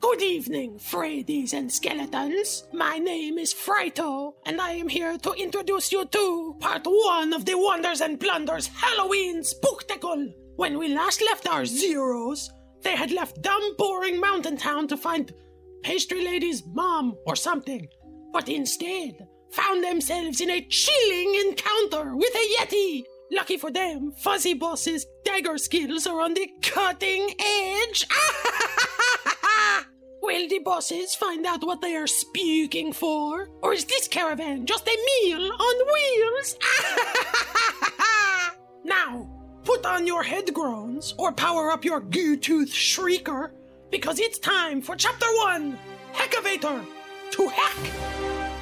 Good evening, Frades and Skeletons. My name is Frito, and I am here to introduce you to part one of the Wonders and Plunders Halloween Spooktacle. When we last left our zeros, they had left dumb, boring Mountain Town to find Pastry Lady's mom or something, but instead found themselves in a chilling encounter with a Yeti. Lucky for them, Fuzzy Boss's dagger skills are on the cutting edge. Ah! Will the bosses find out what they are speaking for? Or is this caravan just a meal on wheels? now, put on your headgroans or power up your goo tooth shrieker because it's time for Chapter 1 Heckavator to Heck!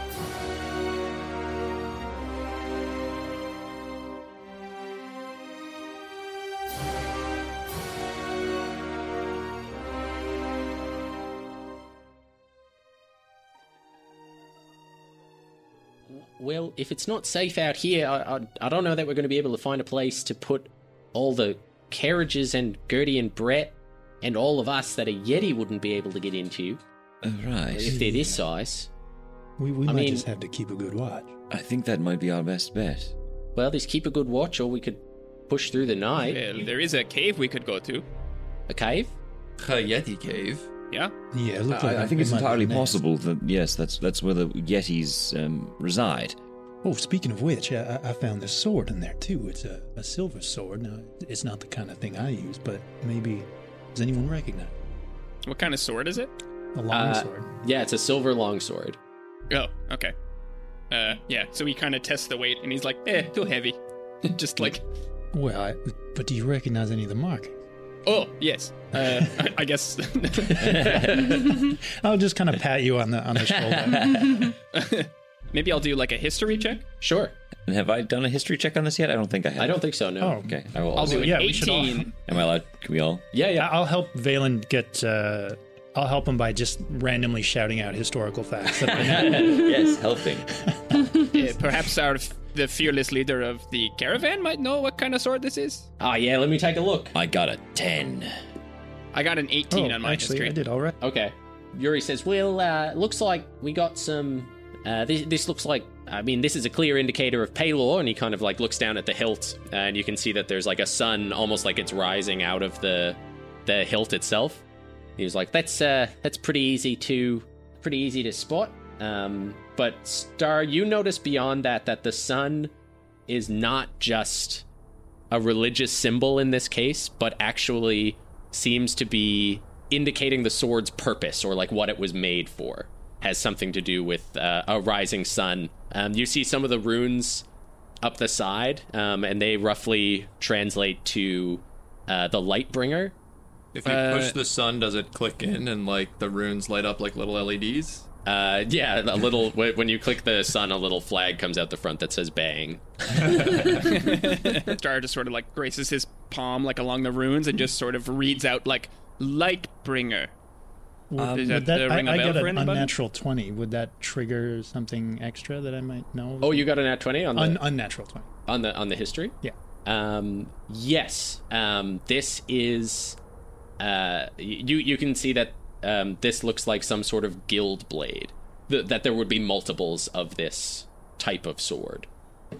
Well, if it's not safe out here, I, I, I don't know that we're going to be able to find a place to put all the carriages and Gertie and Brett and all of us that a Yeti wouldn't be able to get into uh, Oh, right. if they're this size. We, we I might mean- just have to keep a good watch. I think that might be our best bet. Well, just keep a good watch, or we could push through the night. Well, there is a cave we could go to. A cave? Yeti cave. Yeah. Yeah, it looks like I, I think it it's might be entirely next. possible that yes, that's that's where the Yetis um, reside. Oh, speaking of which, I, I I found this sword in there too. It's a, a silver sword. Now, it's not the kind of thing I use, but maybe does anyone recognize it? What kind of sword is it? a long Uh, sword? Yeah, it's a silver longsword. Oh, okay. Uh, yeah. So he kind of tests the weight, and he's like, "Eh, too heavy." Just like, Well, I, but do you recognize any of the markings? oh yes. Uh, I, I guess. I'll just kind of pat you on the on the shoulder. Maybe I'll do like a history check. Sure. And have I done a history check on this yet? I don't think I have. I don't think so, no. Oh. Okay, I will. I'll also- do an yeah, we should all- eighteen. Am I allowed? Can we all? Yeah, yeah. I'll help Valen get. Uh, I'll help him by just randomly shouting out historical facts. That I know. yes, helping. Uh, perhaps our f- the fearless leader of the caravan might know what kind of sword this is. Ah, yeah, let me take a look. Oh, I got a ten. I got an eighteen on my actually, history. Oh, I did all right. Okay. Yuri says, "Well, uh, looks like we got some. Uh, this, this looks like. I mean, this is a clear indicator of Palor." And he kind of like looks down at the hilt, uh, and you can see that there's like a sun, almost like it's rising out of the the hilt itself. He was like, "That's uh, that's pretty easy to pretty easy to spot." Um, but Star, you notice beyond that that the sun is not just a religious symbol in this case, but actually seems to be indicating the sword's purpose or like what it was made for. Has something to do with uh, a rising sun. Um, you see some of the runes up the side, um, and they roughly translate to uh, the Lightbringer. If you Uh, push the sun, does it click in and like the runes light up like little E LEDs? Uh, yeah, a little. wh- when you click the sun, a little flag comes out the front that says "bang." Star just sort of like graces his palm like along the runes and just sort of reads out like Lightbringer. Um, Does that, Um, Would that, uh, ring a I, I bell got for an anybody? unnatural twenty. Would that trigger something extra that I might know? Oh, you got an at twenty on the Un- unnatural twenty. on the on the history. Yeah. Um, yes. Um, this is. Uh, y- you you can see that um, this looks like some sort of guild blade. Th- that there would be multiples of this type of sword.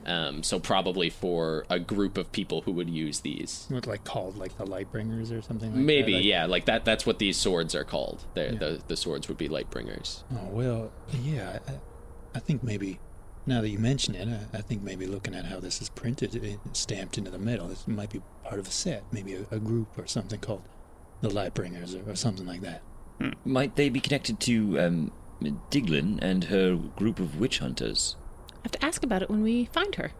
Um, so probably for a group of people who would use these. What like called like the Lightbringers or something? like that, Maybe like- yeah, like that. That's what these swords are called. They're, The the swords would be lightbringers. Oh well, yeah. I, I think maybe now that you mention it, I, I think maybe looking at how this is printed and stamped into the metal, this might be part of a set, maybe a, a group or something called the Lightbringers or, or something like that. Hmm. Might they be connected to um, Diglin and her group of witch hunters? I have to ask about it when we find her.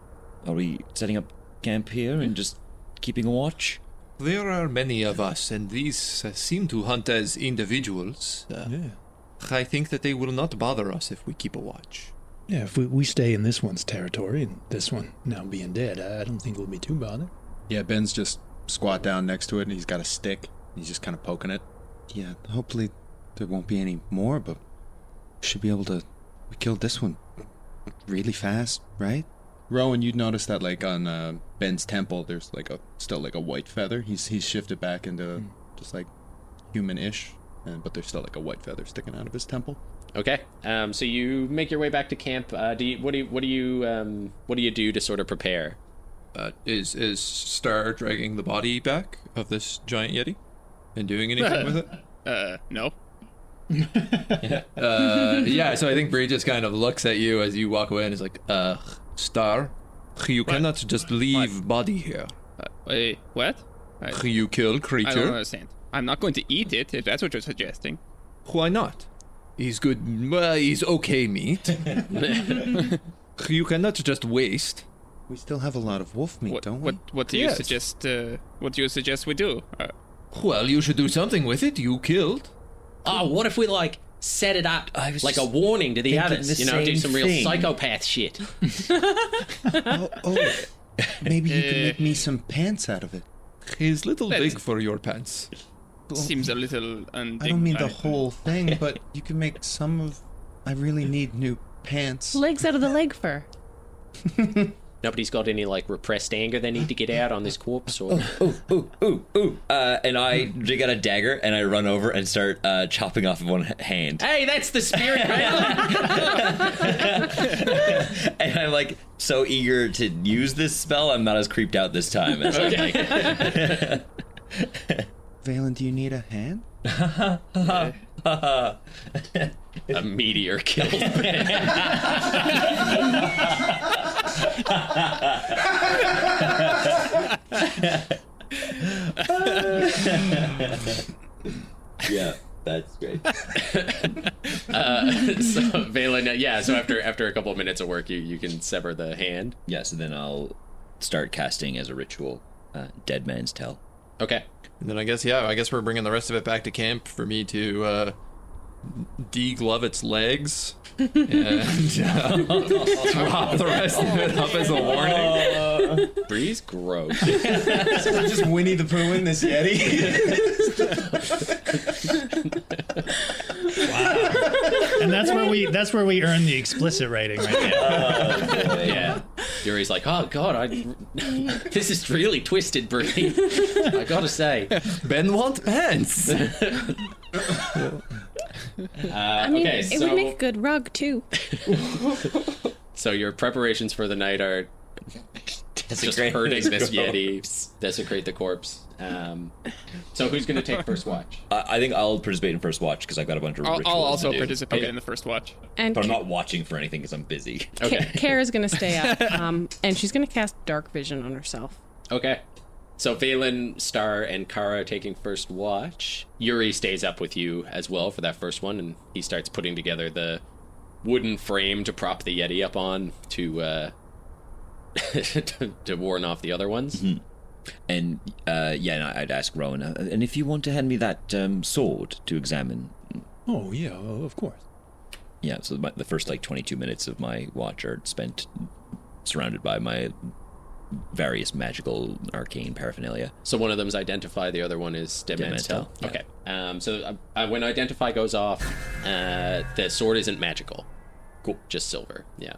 Are we setting up camp here and just keeping a watch? There are many of us, and these uh, seem to hunt as individuals. Uh, Yeah. I think that they will not bother us if we keep a watch. Yeah, if we, we stay in this one's territory and this one now being dead, I, I don't think we'll be too bothered. Yeah, Ben's just squat down next to it and he's got a stick. He's just kind of poking it. Yeah, hopefully there won't be any more, but should be able to. We killed this one really fast, right? Rowan, you'd notice that like on uh, Ben's temple, there's Hmm. like a still like a white feather. He's he's shifted back into just like human-ish. and, but there's still like a white feather sticking out of his temple. Okay. Um, so you make your way back to camp. Uh, do you, what do you, what do you um, what do you do to sort of prepare? Uh, is is Star dragging the body back of this giant yeti and doing anything with it? Uh, no. Uh, yeah, so I think Bree just kind of looks at you as you walk away and is like, uh, Star, you cannot just leave body here. Uh, wait, what? I, You kill I don't creature. understand. I'm not going to eat it if that's what you're suggesting. Why not? He's good. Well, he's okay meat. you cannot just waste. We still have a lot of wolf meat, What don't we? what what do you Yes. suggest? Uh, what do you suggest we do? Uh, Well, you should do something with it. You killed. Oh, what if we like set it up I was like a just warning to the thinking others? the you know, do same some real thing. psychopath shit. Oh, oh, maybe you can make me some pants out of it. He's little That- big for your pants. seems a little I don't mean the undignified. whole thing, but you can make some of. I really need new pants. Legs out of the leg fur. Nobody's got any like repressed anger they need to get out on this corpse, or Ooh, ooh, ooh, ooh. Uh, and I dig out a dagger and I run over and start uh, chopping off one h- hand. hey, that's the spirit. man. And I'm like so eager to use this spell, I'm not as creeped out this time. As I'm like, Valen, do you need a hand? a meteor killed. yeah, that's great. Uh, so Valen, uh, yeah. So after after a couple of minutes of work, you you can sever the hand. Yeah, so then I'll start casting as a ritual uh, Dead Man's Tell. Okay. And then I guess yeah, I guess we're bringing the rest of it back to camp for me to uh, deglove its legs and uh, drop the rest of it up as a warning. Bree's gross. Just Winnie the Pooh in this Yeti. And that's where we that's where we earn the explicit rating right there. yeah. Yuri's like, oh god, I. this is really twisted, Bree. I gotta say. Ben wants pants. I mean, Uh, okay, it so- would make a good rug too. So your preparations for the night are just Desecrate hurting this this corpse. yeti, desecrate the corpse. Um, so who's gonna take first watch? I, I think I'll participate in first watch because I've got a bunch of I'll, rituals I'll also to do. participate Okay. in the first watch. And But I'm not watching for anything because I'm busy. Ka- Kara's gonna stay up, um, and she's gonna cast dark vision on herself. Okay. So Phelan, Star, and Kara taking first watch. Yuri stays up with you as well for that first one, and he starts putting together the wooden frame to prop the Yeti up on to uh, to, to warn off the other ones. Mm-hmm. And uh, yeah, and I'd ask Rowan, uh, and if you want to hand me that um, sword to examine. Oh yeah, oh, of course. Yeah, so my, the first like 22 minutes of my watch are spent surrounded by my various magical arcane paraphernalia. So one of them's identify, the other one is dead, Dead man's man's tell. tell, Okay. Um, so uh, when identify goes off, uh, the sword isn't magical. Cool. Just silver. Yeah.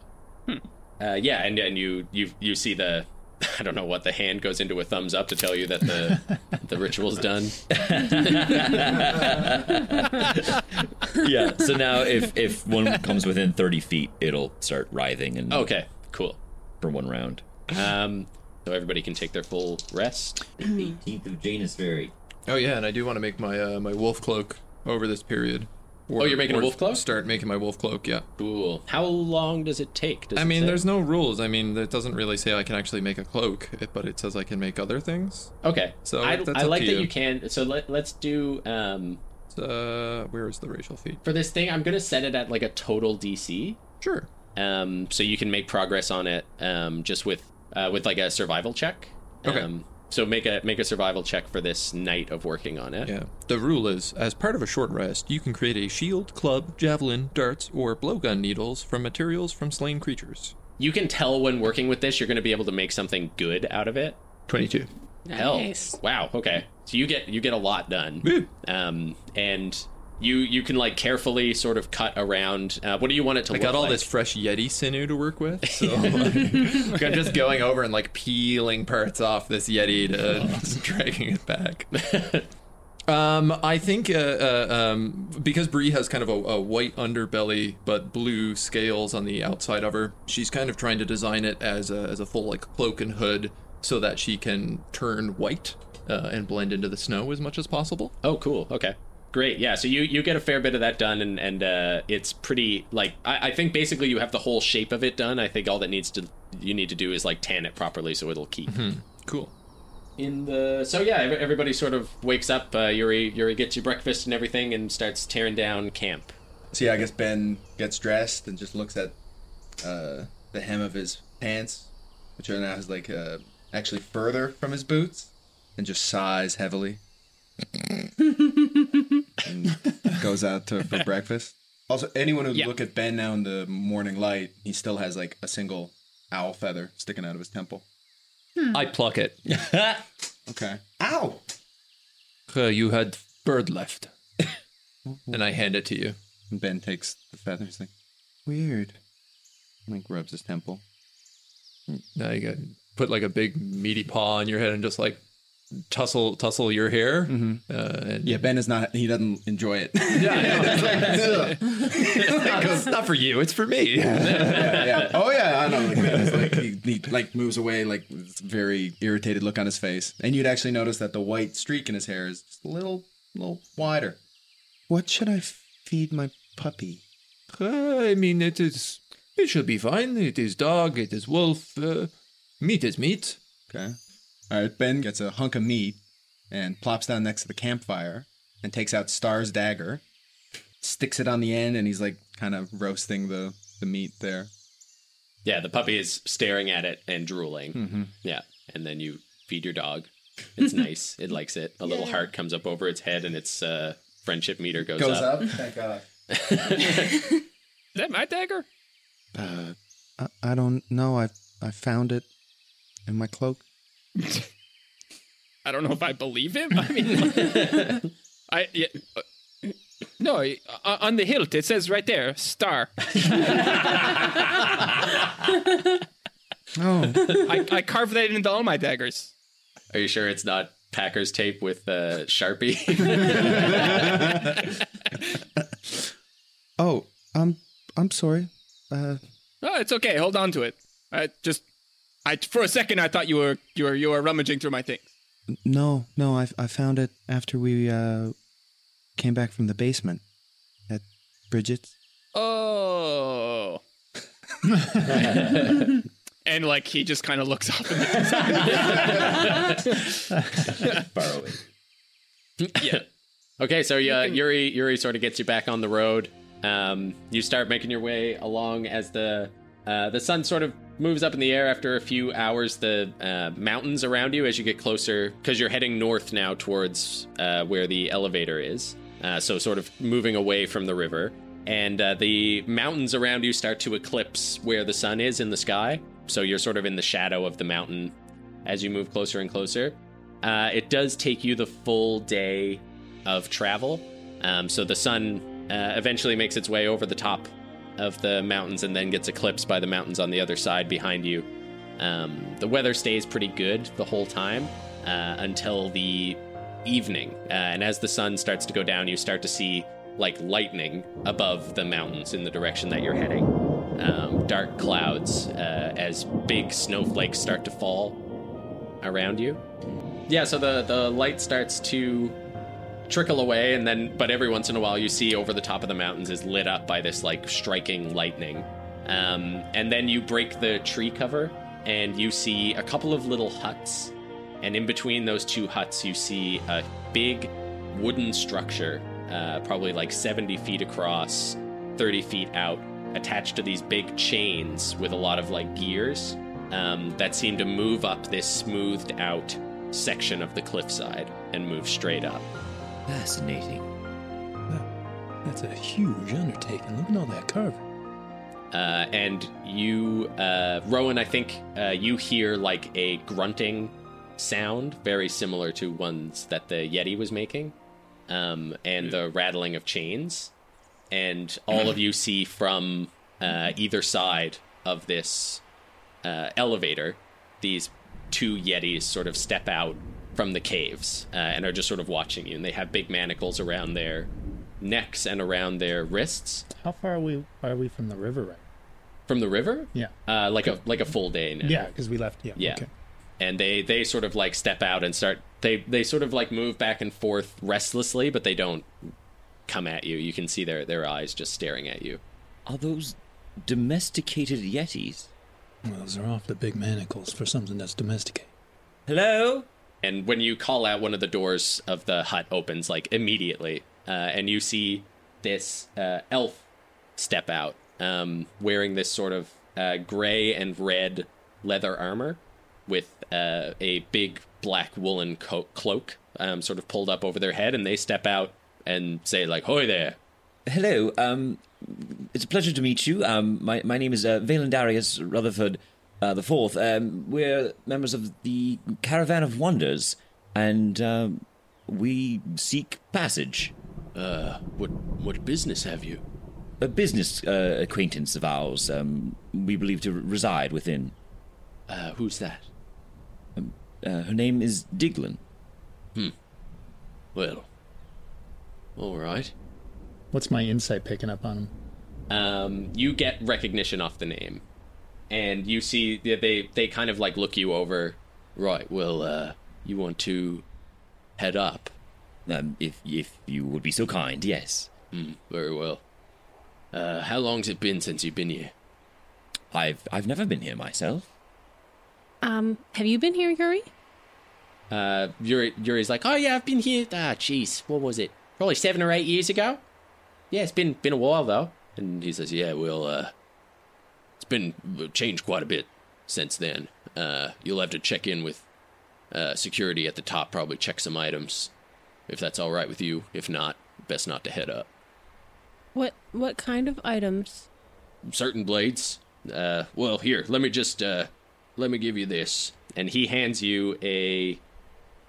Uh, yeah, and and you you you see the. I don't know what the hand goes into a thumbs up to tell you that the the ritual's done. yeah. So now, if if one comes within thirty feet, it'll start writhing and Okay, cool. for one round. Um, so everybody can take their full rest. Eighteenth of Janus Ferry. Oh yeah, and I do want to make my uh, my wolf cloak over this period. Or, Oh, you're making a or wolf cloak? Start making my wolf cloak. Yeah. Cool. How long does it take? Does I it mean, say? there's no rules. I mean, it doesn't really say I can actually make a cloak, it- but it says I can make other things. okay. So So I, that's I up like to that you. you can. So let, let's do um, Uh, where is the racial feat? for this thing. I'm gonna set it at like a total DC. Sure. um, so you can make progress on it um, just with uh, with like a survival check. Okay. Um, so make a make a survival check for this night of working on it. Yeah. The rule is, as part of a short rest, you can create a shield, club, javelin, darts, or blowgun needles from materials from slain creatures. You can tell when working with this, you're going to be able to make something good out of it. Twenty-two. Nice. Hell, wow. Okay, so you get you get a lot done. Woo. Um, and you you can like carefully sort of cut around. Uh, what do you want it to I look got all like? this fresh Yeti sinew to work with, so like, I'm just going over and like peeling parts off this Yeti to dragging it back. Um, I think uh, uh, um, because Bree has kind of a, a white underbelly but blue scales on the outside of her, she's kind of trying to design it as a, as a full like cloak and hood so that she can turn white uh, and blend into the snow as much as possible. Oh, cool. Okay. Great. Yeah. So you, you get a fair bit of that done, and, and uh, it's pretty, like, I, I think basically you have the whole shape of it done. I think all that needs to, you need to do is, like, tan it properly so it'll keep. Mm-hmm. Hmm. Cool. In the, so yeah, ev- everybody sort of wakes up. Uh, Yuri, Yuri gets your breakfast and everything and starts tearing down camp. So yeah, I guess Ben gets dressed and just looks at uh, the hem of his pants, which are now is like uh, actually further from his boots, and just sighs heavily. and goes out to, for breakfast. Also, anyone who would Yeah. look at Ben now in the morning light, he still has like a single owl feather sticking out of his temple. I pluck it. Okay. Ow! Uh, you had bird left. and I hand it to you. And Ben takes the feather. He's like, weird. And, like rubs his temple. Now you got put like a big meaty paw on your head and just like tussle tussle your hair. Uh, and Mm-hmm. Yeah, Ben is not. He doesn't enjoy it. it's not for you. It's for me. yeah. Oh yeah, I know. Like, man, it's like he, he like moves away, like this very irritated look on his face, and you'd actually notice that the white streak in his hair is just a little, little wider. What should I feed my puppy? Uh, I mean, it is. It should be fine. It is dog. It is wolf. Uh, meat is meat. Okay. All right. Ben gets a hunk of meat and plops down next to the campfire and takes out Star's dagger, sticks it on the end, and he's like kind of roasting the the meat there. Yeah, the puppy is staring at it and drooling. Hmm. Yeah. And then you feed your dog. It's nice. It likes it. A little heart comes up over its head, and its uh, friendship meter goes, Goes up. up. Thank God. Is that my dagger? Uh, I, I don't know. I I found it in my cloak. I don't know if I believe him. I mean, I yeah, uh, no. I- uh, on the hilt, it says right there, star. Oh, I, I carved that into all my daggers. Are you sure it's not Packers tape with uh, Sharpie? oh, I'm I'm sorry. Uh, Oh, it's okay. Hold on to it. I just, I for a second I thought you were you were you were rummaging through my things. no, no. I I found it after we uh came back from the basement at Bridget's. Oh. and like he just kind of looks up. In the Borrow it. yeah. okay, so yeah, Yuri Yuri sort of gets you back on the road. Um, you start making your way along as the uh, the sun sort of moves up in the air. After a few hours, the uh, mountains around you, as you get closer, because you're heading north now towards uh, where the elevator is. Uh, so sort of moving away from the river, and uh, the mountains around you start to eclipse where the sun is in the sky. So you're sort of in the shadow of the mountain as you move closer and closer. Uh, it does take you the full day of travel. Um, so the sun uh, eventually makes its way over the top of the mountains and then gets eclipsed by the mountains on the other side behind you. Um, the weather stays pretty good the whole time uh, until the evening. Uh, and as the sun starts to go down, you start to see like lightning above the mountains in the direction that you're heading. Um, dark clouds uh, as big snowflakes start to fall around you. Yeah, so the, the light starts to trickle away and then but every once in a while you see over the top of the mountains is lit up by this like striking lightning um, and then you break the tree cover and you see a couple of little huts and in between those two huts you see a big wooden structure uh, probably like 70 feet across 30 feet out attached to these big chains with a lot of like gears um, that seem to move up this smoothed out section of the cliffside and move straight up Fascinating. That's a huge undertaking. Look at all that carving. uh, and you, uh, Rowan, I think uh, you hear like a grunting sound, very similar to ones that the Yeti was making, um, and the rattling of chains. And all of you see from uh, either side of this uh, elevator, these two Yetis sort of step out from the caves uh, and are just sort of watching you. And they have big manacles around their necks and around their wrists How far are we are we from the river right? from the river. Yeah. Uh, like a like a full day now. Yeah, because we left. Yeah. Yeah. Okay. And they they sort of like step out and start they they sort of like move back and forth restlessly, but they don't come at you. You can see their their eyes just staring at you. Are those domesticated yetis? Well, those are off the big manacles for something that's domesticated. Hello? And when you call out, one of the doors of the hut opens like immediately, uh, and you see this uh, elf step out, um, wearing this sort of uh, gray and red leather armor with uh, a big black woolen co- cloak, um, sort of pulled up over their head, and they step out and say like, "Hoy there!" Hello. Um, it's a pleasure to meet you. Um, my, my name is uh, Valen Darius Rutherford uh, the Fourth. Um, we're members of the Caravan of Wonders, and um, we seek passage. Uh, What what business have you? A business uh, acquaintance of ours, um, we believe to reside within. Uh, who's that? Uh, her name is Diglin. Well, all right. What's my insight picking up on him? um, you get recognition off the name, and you see that they they kind of like look you over. Right. Well, uh, you want to head up? Um, if if you would be so kind, yes. Very well. Uh, how long's it been since you've been here? I've I've never been here myself. Um, have you been here, Yuri? Uh, Yuri, Yuri's like, oh yeah, I've been here. Ah, jeez, what was it? Probably seven or eight years ago. Yeah, it's been been a while though. And he says, yeah, well, uh, it's been uh, changed quite a bit since then. Uh, you'll have to check in with uh, security at the top, probably check some items, if that's all right with you. If not, best not to head up. What what kind of items? certain blades. Uh, well, here, let me just uh, let me give you this. And he hands you a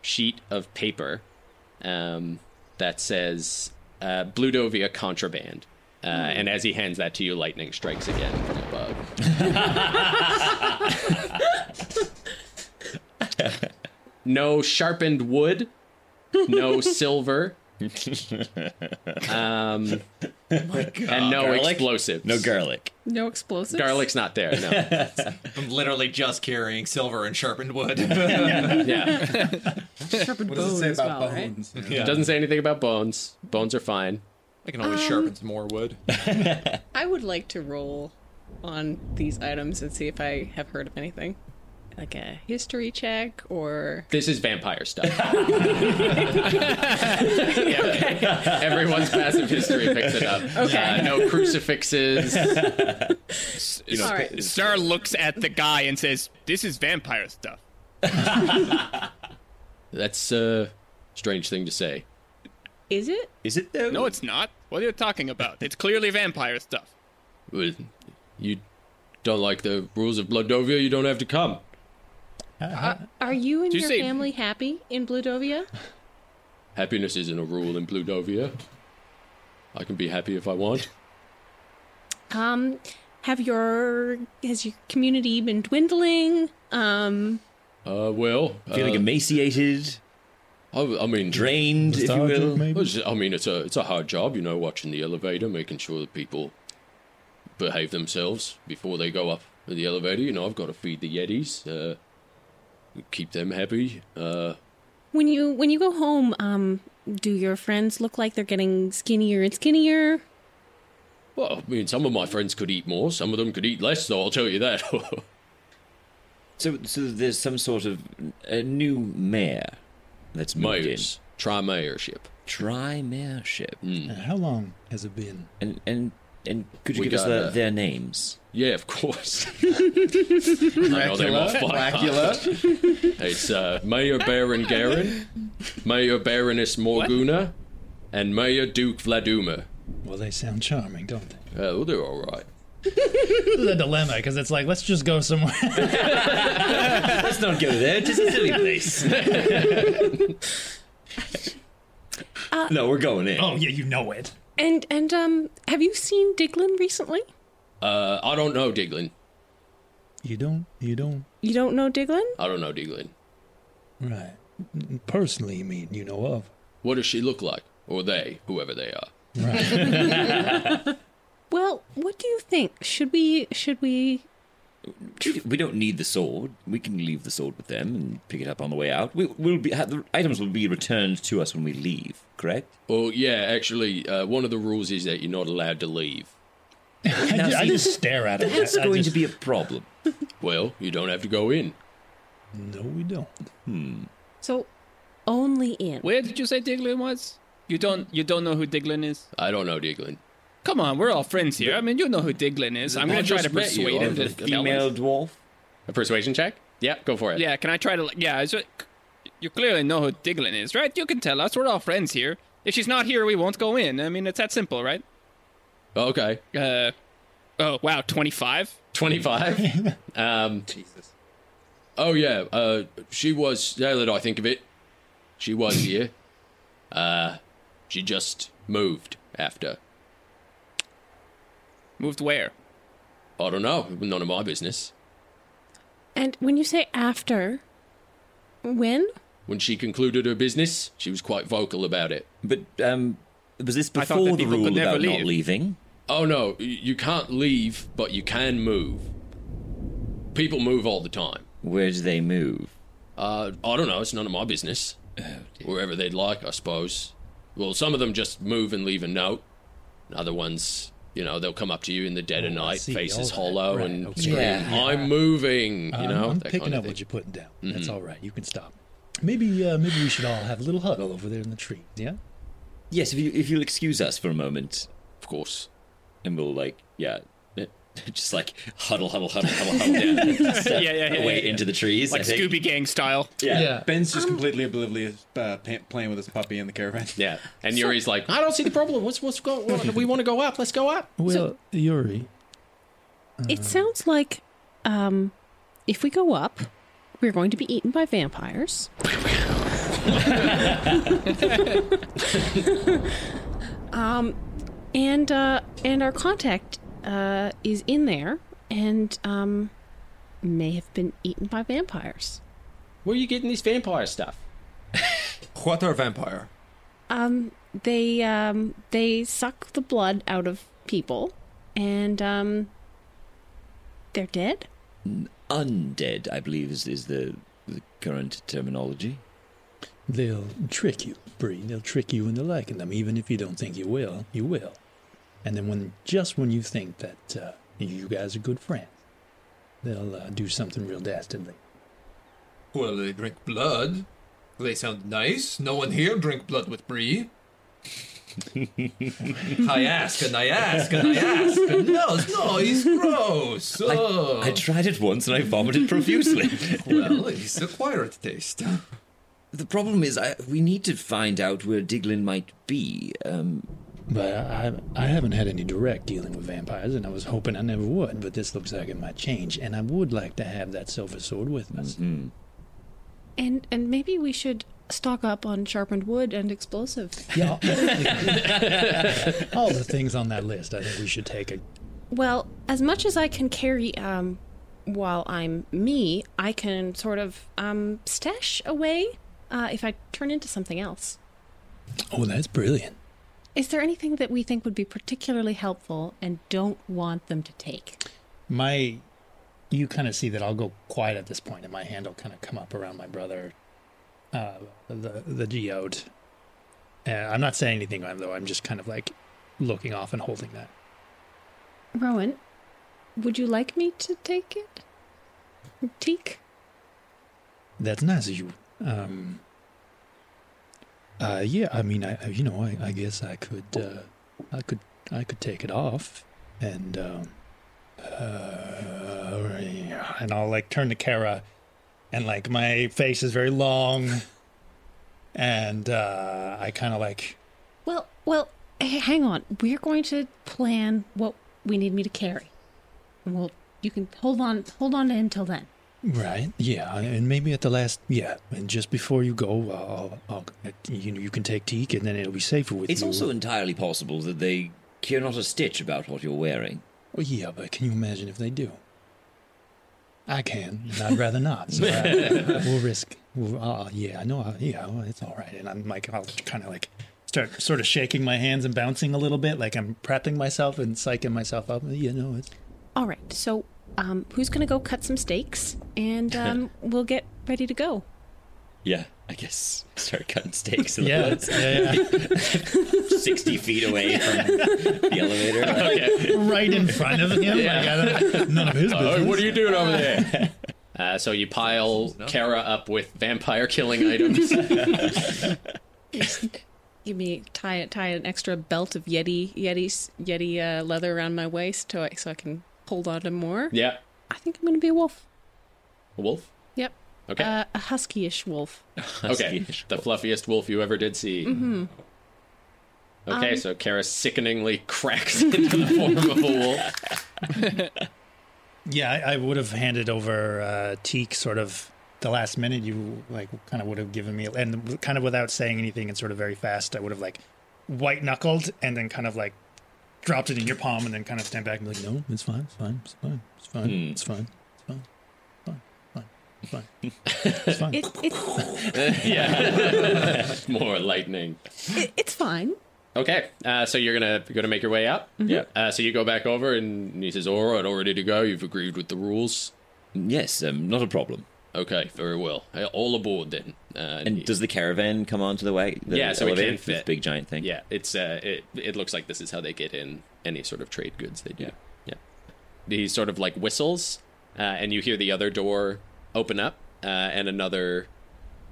sheet of paper um, that says uh, Bludovia contraband. Uh, Hmm. and as he hands that to you, lightning strikes again from above. no sharpened wood, no silver, um, and no garlic? explosives. No garlic. No explosives. Garlic's not there. No. I'm literally just carrying silver and sharpened wood. Yeah. What does it say as about well, right? bones? It doesn't say anything about bones. Bones are fine. I can always sharpen some more wood. I would like to roll on these items and see if I have heard of anything, like a history check or This is vampire stuff. Yeah. Everyone's passive history picks it up. Okay. Uh, no crucifixes. all right. Star looks at the guy and says, "This is vampire stuff." That's a strange thing to say. Is it? Is it though? No, it's not. What are you talking about? It's clearly vampire stuff. Well, You don't like the rules of Bloodovia, you don't have to come. Are Uh, you and Did you your say- family happy in Bludovia? Happiness isn't a rule in Bloodovia. I can be happy if I want. Um, have your has your community been dwindling? Um, Uh, well, uh, Feeling emaciated, I, I mean, drained, if you Nostalgic, will. maybe? Well, it's- I mean, it's a it's a hard job, you know, watching the elevator, making sure that people behave themselves before they go up the elevator. You know, I've got to feed the Yetis, uh, keep them happy. Uh, when you when you go home, um, do your friends look like they're getting skinnier and skinnier? well, I mean, some of my friends could eat more, some of them could eat less, though. I'll tell you that. So, so there's some sort of a new mayor that's moved Mayors, try mayorship. in. Try mayorship, And Uh, how long has it been? and and and could you We give us got, the, uh, their names? Yeah, of course. I know them off by heart. Dracula. It's uh, Mayor Baron Garin, Mayor Baroness Morguna, and Mayor Duke Vladuma. Well, they sound charming, don't they? Oh, they're all right. This is a dilemma because it's like let's just go somewhere. Let's not go there. It's a silly place. no, we're going in. Oh, yeah, you know it. Uh, And and um, have you seen Diglin recently? Uh, I don't know Diglin. You don't. You don't. You don't know Diglin? I don't know Diglin. Right. personally mean you know of. What does she look like? Or they, whoever they are. Well, what do you think? Should we? Should we? We- We don't need the sword. We can leave the sword with them and pick it up on the way out. We, we'll be ha- the items will be returned to us when we leave. Correct? Oh, yeah, actually, uh, one of the rules is that you're not allowed to leave. I, ju- I just stare at him. That's I- I going just- to be a problem. Well, you don't have to go in. No, we don't. So, only in. Where did you say Diglin was? You don't you don't know who Diglin is? I don't know Diglin. Come on, we're all friends here. I mean, you know who Diglin is. I'm I gonna try just to met you. persuade I'm him to the tell us. Female dwarf. A persuasion check? Yeah, go for it. Yeah, can I try to? like, Yeah, so, you clearly know who Diglin is, right? You can tell us. We're all friends here. If she's not here, we won't go in. I mean, it's that simple, right? Okay. Uh, oh wow, twenty five. 25. um, Jesus. Oh, yeah. Uh, she was, now that I think of it, she was here. Uh, she just moved after. Moved where? I don't know. None of my business. And when you say after, when? When she concluded her business, she was quite vocal about it. But um, was this I thought before that the people could rule never about not leave. leaving? Oh no, y- you can't leave, but you can move. People move all the time. Where do they move? Oh, Uh, I don't know. It's none of my business. Wherever they'd like, I suppose. Well, some of them just move and leave a note. And Other ones, you know, they'll come up to you in the dead of Oh, I night, see, faces all that. hollow, Right, and okay. scream, Yeah. "I'm moving!" You I'm- know, I'm that picking kind up of thing. Mm-hmm. what you're putting down. That's all right. You can stop. Maybe, uh, maybe we should all have a little huddle over there in the tree. Yeah. Yes, if you if you'll excuse us for a moment, Of course. and we'll like yeah, just like huddle, huddle, huddle, huddle, huddle down, just, uh, Yeah, yeah, yeah, away yeah, yeah. into the trees, Like I think. Scooby Gang style. Yeah. Ben's just completely oblivious, uh, pa- playing with his puppy in the caravan. Yeah, and Yuri's like, "I don't see the problem. What's what's going? What, we want to go up. Let's go up." Well, So- Yuri, It sounds like, um, if we go up, we're going to be eaten by vampires. um, and uh, and our contact uh, is in there, and um, may have been eaten by vampires. Where are you getting this vampire stuff? What are vampire? Um, they um, they suck the blood out of people, and um, they're dead. undead, I believe, is, is the the current terminology. they'll trick you, Bree. They'll trick you into liking them, even if you don't think you will. You will. And then when just when you think that uh, you guys are good friends, they'll uh, do something real dastardly. Well, they drink blood. They sound nice. No one here drink blood with Bree. I ask and I ask and I ask. And no, no, he's gross. Oh. I tried it once and I vomited profusely. well, he's acquired taste. the problem is, I, we need to find out where Diglin might be. Um, But I, I I haven't had any direct dealing with vampires, and I was hoping I never would. But this looks like it might change, and I would like to have that silver sword with us. Mm-hmm. And and maybe we should stock up on sharpened wood and explosives. Yeah, all the things on that list. I think we should take a Well, as much as I can carry um while I'm me, I can sort of um stash away uh, if I turn into something else. Oh, that's brilliant. Is there anything that we think would be particularly helpful and don't want them to take? My, you kind of see that I'll go quiet at this point, and my hand will kind of come up around my brother, uh, the the geode. Uh, I'm not saying anything though. I'm just kind of like looking off and holding that. Rowan, would you like me to take it? Teak? That's nice of you. Um. Mm. Uh, yeah, I mean, I I- you know, I, I guess I could, uh, I could, I could take it off, and um, uh, yeah, and I'll like turn to Kara, and like my face is very long, and uh, I kind of like Well, well, h- hang on. We're going to plan what we need me to carry. And we'll you can hold on hold on to him till then. right, yeah, and maybe at the last, yeah, and just before you go, I'll, I'll, you know, you can take Teak, and then it'll be safer with it's you. also entirely possible that they care not a stitch about what you're wearing. Well, yeah, but can you imagine if they do? I can. and I'd rather not. So I, we'll risk. We'll, oh, yeah, I know. I- Yeah, well, it's all right. And I'm like, I'll kind of like start sort of shaking my hands and bouncing a little bit, like I'm prepping myself and psyching myself up. You know, it's All right. So, um, who's going to go cut some steaks and um, we'll get ready to go? Yeah, I guess start cutting stakes in the yeah, woods, yeah, yeah. sixty feet away from the elevator. Like, right in front of him. Like, I don't, none of his business. Uh, what are you doing over there? Uh, so you pile Kara up with vampire killing items. Give me tie tie an extra belt of yeti yeti yeti uh, leather around my waist so I, so I can hold on to more. yeah. I think I'm going to be a wolf. A wolf? Yep. Okay. Uh, a husky-ish wolf. okay. The fluffiest wolf you ever did see. Mm-hmm. Okay, so Kara sickeningly cracks into the form of a wolf. Yeah, I, I would have handed over uh, Teak sort of the last minute. You like kind of would have given me, and kind of without saying anything, and sort of very fast. I would have like white knuckled and then kind of like dropped it in your palm, and then kind of stand back and be like, "No, it's fine, it's fine, it's fine, it's fine, it's fine, it's fine, it's fine, it's fine, it's fine." It, it, More lightning. it, it's fine. Okay, uh, so you're gonna you're gonna make your way out. Yeah. Uh, so you go back over, and he says, "All right, all ready to go. You've agreed with the rules. yes, um, not a problem. Okay, very well. Hey, All aboard then." Uh, And does the caravan come onto the way? The Yeah, so it elevator, can this fit. big giant thing. yeah, it's uh, it it looks like this is how they get in any sort of trade goods they do. Yeah. He sort of like whistles, uh, and you hear the other door open up, uh, and another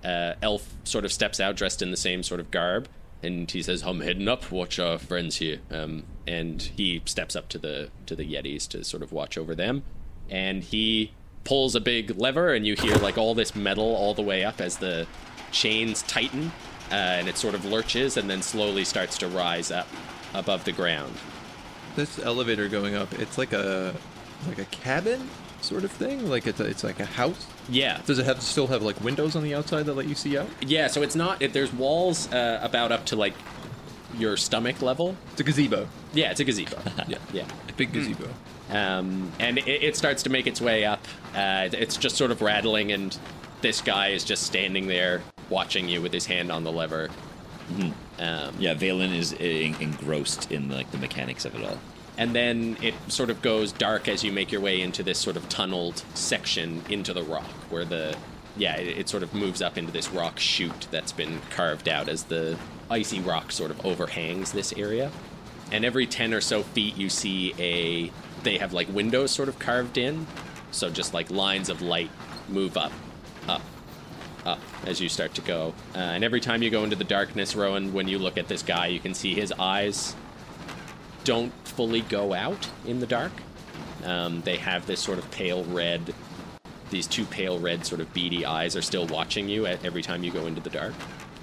uh, elf sort of steps out dressed in the same sort of garb, and he says, "I'm heading up. Watch our friends here." Um, and he steps up to the to the Yetis to sort of watch over them, and he pulls a big lever, and you hear like all this metal all the way up as the chains tighten, uh, and it sort of lurches and then slowly starts to rise up above the ground. This elevator going up, it's like a like a cabin sort of thing. Like it's a, it's like a house. Yeah, Does it have still have like windows on the outside that let you see out? yeah. So it's not. It, there's walls uh, about up to like your stomach level. It's a gazebo. Yeah, it's a gazebo. yeah, yeah. Hmm. A big gazebo. um, and it, it starts to make its way up. Uh, it- it's just sort of rattling, and this guy is just standing there watching you with his hand on the lever. Um, Mm-hmm. yeah. Valen is en- engrossed in like the mechanics of it all. and then it sort of goes dark as you make your way into this sort of tunneled section into the rock, where the yeah, it, it sort of moves up into this rock chute that's been carved out as the icy rock sort of overhangs this area. And every ten or so feet, you see a they have like windows sort of carved in, so just like lines of light move up, up, up as you start to go. Uh, and every time you go into the darkness, Rowan, when you look at this guy, you can see his eyes don't fully go out in the dark. Um, they have this sort of pale red, these two pale red sort of beady eyes are still watching you at every time you go into the dark.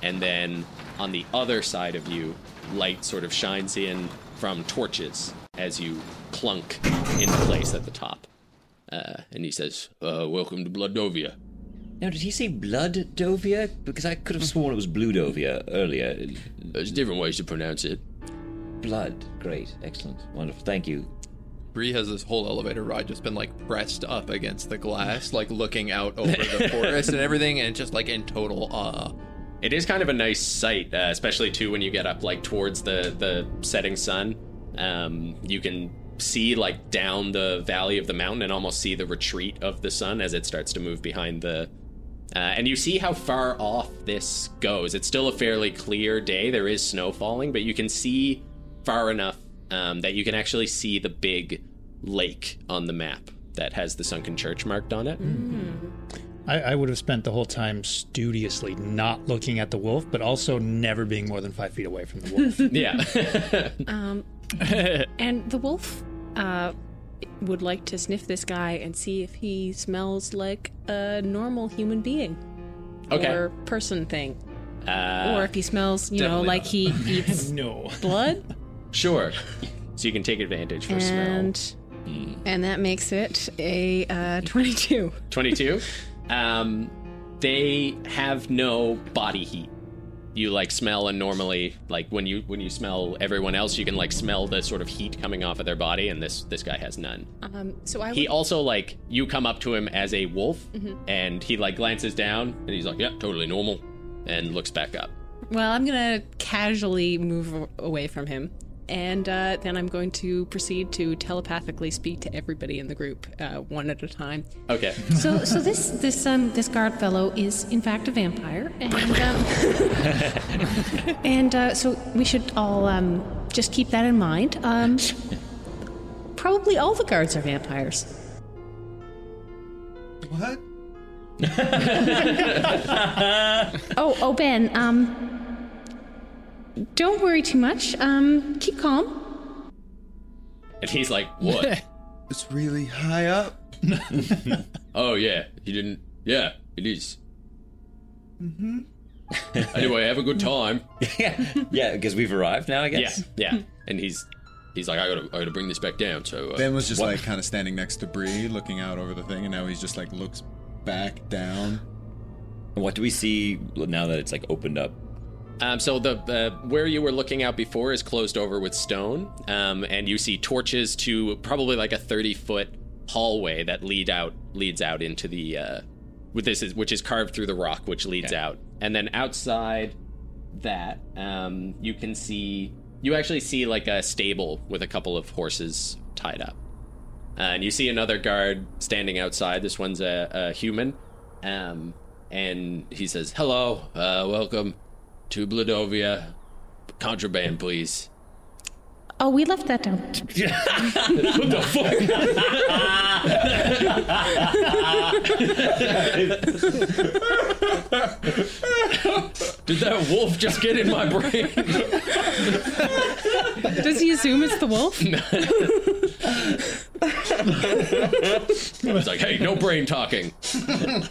And then on the other side of you, light sort of shines in from torches as you clunk into place at the top. Uh, and he says, uh, "Welcome to Bloodovia." Now, did he say blood Dovia? Because I could have sworn it was blue Dovia earlier. There's different ways to pronounce it. Blood. Great. Excellent. Wonderful. Thank you. Bree has this whole elevator ride just been like pressed up against the glass, like looking out over the forest and everything, and just like in total uh, awe. It is kind of a nice sight, uh, especially too when you get up like towards the the setting sun. Um, you can see like down the valley of the mountain and almost see the retreat of the sun as it starts to move behind the. Uh, and you see how far off this goes. It's still a fairly clear day. There is snow falling, but you can see far enough um, that you can actually see the big lake on the map that has the sunken church marked on it. Mm. I, I would have spent the whole time studiously not looking at the wolf, but also never being more than five feet away from the wolf. Yeah. Um, and the wolf uh, would like to sniff this guy and see if he smells like a normal human being Okay. or person thing, Uh, or if he smells, you know, definitely like not. he eats no. blood. Sure. So you can take advantage for and smell. Hmm. and that makes it a uh, 22. 22. Um, they have no body heat. you like smell and normally like when you when you smell everyone else you can like smell the sort of heat coming off of their body and this this guy has none Um, so I would. he also like you come up to him as a wolf Mm-hmm. and he like glances down and he's like yeah totally normal and looks back up well, I'm gonna casually move a- away from him, and uh, then I'm going to proceed to telepathically speak to everybody in the group, uh, one at a time. okay So, so this this um this guard fellow is in fact a vampire, and um, and uh, so we should all um just keep that in mind. Um, probably all the guards are vampires. What? Oh, oh, Ben. Um, don't worry too much. Um, keep calm. and he's like what It's really high up. oh yeah he didn't yeah it is mm-hmm. anyway have a good time yeah, because we've arrived now, I yeah guess. yeah and he's he's like i gotta i gotta bring this back down so uh, Ben was just what- like kind of standing next to Bree, looking out over the thing, and now he's just like looks back down. What do we see now that it's like opened up? Um, so the uh, where you were looking out before is closed over with stone, um, and you see torches to probably like a thirty foot hallway that lead out leads out into the uh, with this is which is carved through the rock, which leads out, and then outside that um, you can see you actually see like a stable with a couple of horses tied up, uh, and you see another guard standing outside. This one's a, a human, um, and he says, "Hello, uh, welcome." to Bladovia. Contraband, please. Oh, we left that down. Did that wolf just get in my brain? Does he assume it's the wolf? It's like, hey, no brain talking. You'll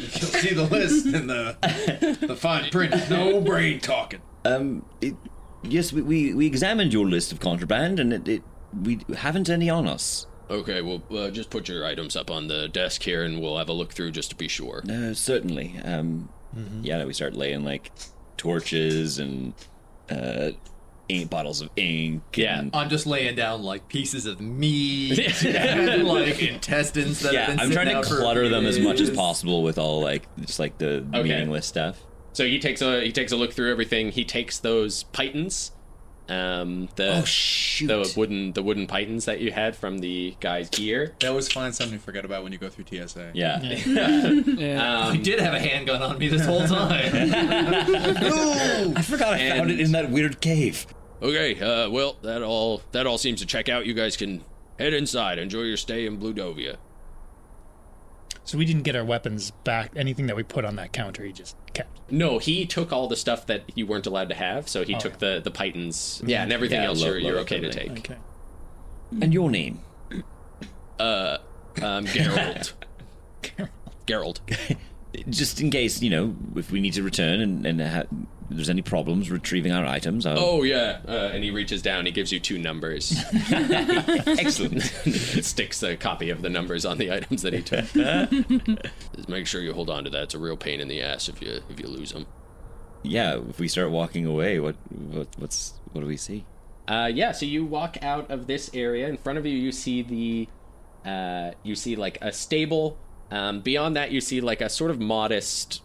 see the list in the the fine print. No brain talking. Um, it, yes, we, we, we examined your list of contraband, and it, it we haven't any on us. Okay, well, uh, just put your items up on the desk here, and we'll have a look through just to be sure. No, Uh, certainly. Um, Yeah, no, we start laying like torches and uh, ink bottles of ink. Yeah. and- I'm just laying down like pieces of meat, and, like intestines that have yeah. been I'm sitting trying out to for clutter them as much as days. possible with all like just like the Okay. meaningless stuff. So he takes a he takes a look through everything. He takes those pythons, um, the Oh shoot! the wooden the wooden pythons that you had from the guy's gear. They always find something to forget about when you go through TSA. yeah. I Um, did have a handgun on me this whole time. I forgot I found it in that weird cave. Okay, uh, well, that all that all seems to check out. You guys can head inside. Enjoy your stay in Bludovia. So we didn't get our weapons back. Anything that we put on that counter, he just kept. No, he took all the stuff that you weren't allowed to have, so he took the the pythons, yeah, and everything Oh, Yeah, else low- you're, you're lower okay to everything. take. Okay. And your name? Um, Geralt. Geralt. Just in case you know if we need to return and and ha- there's any problems retrieving our items. I'll... Oh yeah, uh, and he reaches down. He gives you two numbers. excellent. sticks a copy of the numbers on the items that he took. Just make sure you hold on to that. It's a real pain in the ass if you if you lose them. yeah, if we start walking away, what, what what's what do we see? Uh, yeah, so you walk out of this area. In front of you, you see the, uh, you see like a stable. Um, beyond that, you see like a sort of modest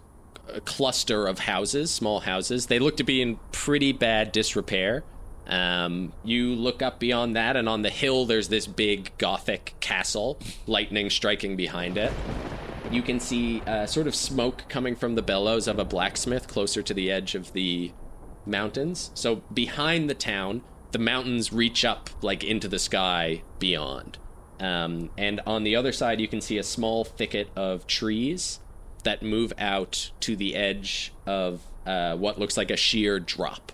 uh, cluster of houses, small houses. They look to be in pretty bad disrepair. Um, you look up beyond that, and on the hill, there's this big gothic castle, lightning striking behind it. You can see uh, sort of smoke coming from the bellows of a blacksmith closer to the edge of the mountains. So behind the town, the mountains reach up like into the sky beyond. Um, and on the other side, you can see a small thicket of trees that move out to the edge of uh, what looks like a sheer drop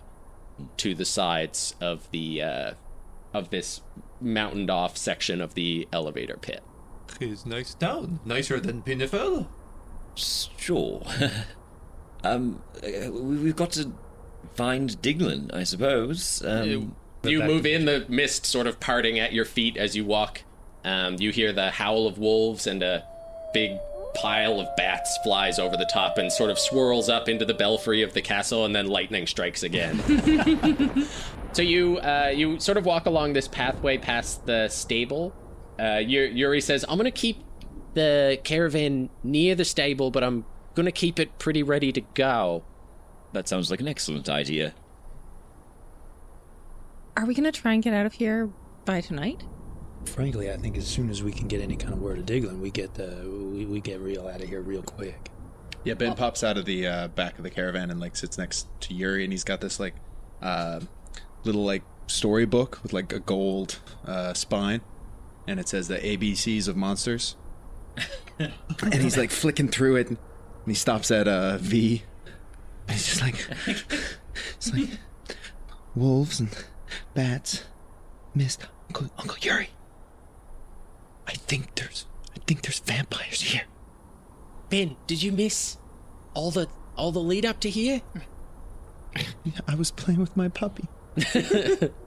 to the sides of the uh, of this mountained off section of the elevator pit. It's nice town, nicer than Pinafel. Sure. um, uh, we- we've got to find Diglin, I suppose. Um, you move in the mist sort of parting at your feet as you walk um, you hear the howl of wolves and a big pile of bats flies over the top and sort of swirls up into the belfry of the castle, and then lightning strikes again. So you uh, you sort of walk along this pathway past the stable. Uh, Yu- Yuri says, "I'm going to keep the caravan near the stable, but I'm going to keep it pretty ready to go." That sounds like an excellent idea. Are we going to try and get out of here by tonight? Frankly, I think as soon as we can get any kind of word of Diglin, we get the we, we get real out of here real quick. Yeah, Ben pops out of the uh, back of the caravan and like sits next to Yuri, and he's got this like uh, little like storybook with like a gold uh, spine, and it says the ABCs of monsters. and he's like flicking through it, and he stops at uh, V. And He's just like, It's like wolves and bats. Miss Uncle, Uncle Yuri. I think there's I think there's vampires here. Ben, did you miss all the all the lead up to here? I was playing with my puppy.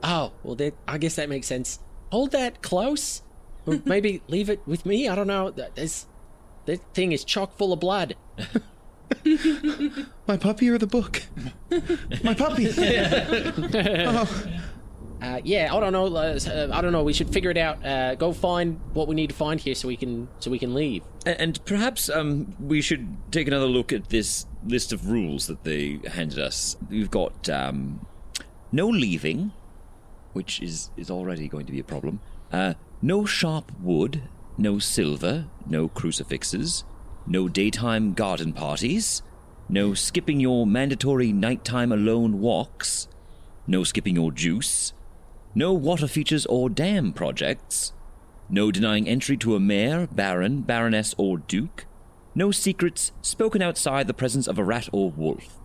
Oh, well, that, I guess that makes sense. Hold that close, or maybe leave it with me. I don't know. That- This that thing is chock full of blood. My puppy or the book? my puppy. Oh. Uh, yeah, I don't know. uh, s- Uh, I don't know. We should figure it out. Uh, go find what we need to find here, so we can so we can leave. A- And perhaps um, we should take another look at this list of rules that they handed us. We've got um, no leaving, which is, is already going to be a problem. Uh, no sharp wood, no silver, no crucifixes, no daytime garden parties, no skipping your mandatory nighttime alone walks, no skipping your juice, no water features or dam projects, no denying entry to a mayor, baron, baroness, or duke. No secrets spoken outside the presence of a rat or wolf.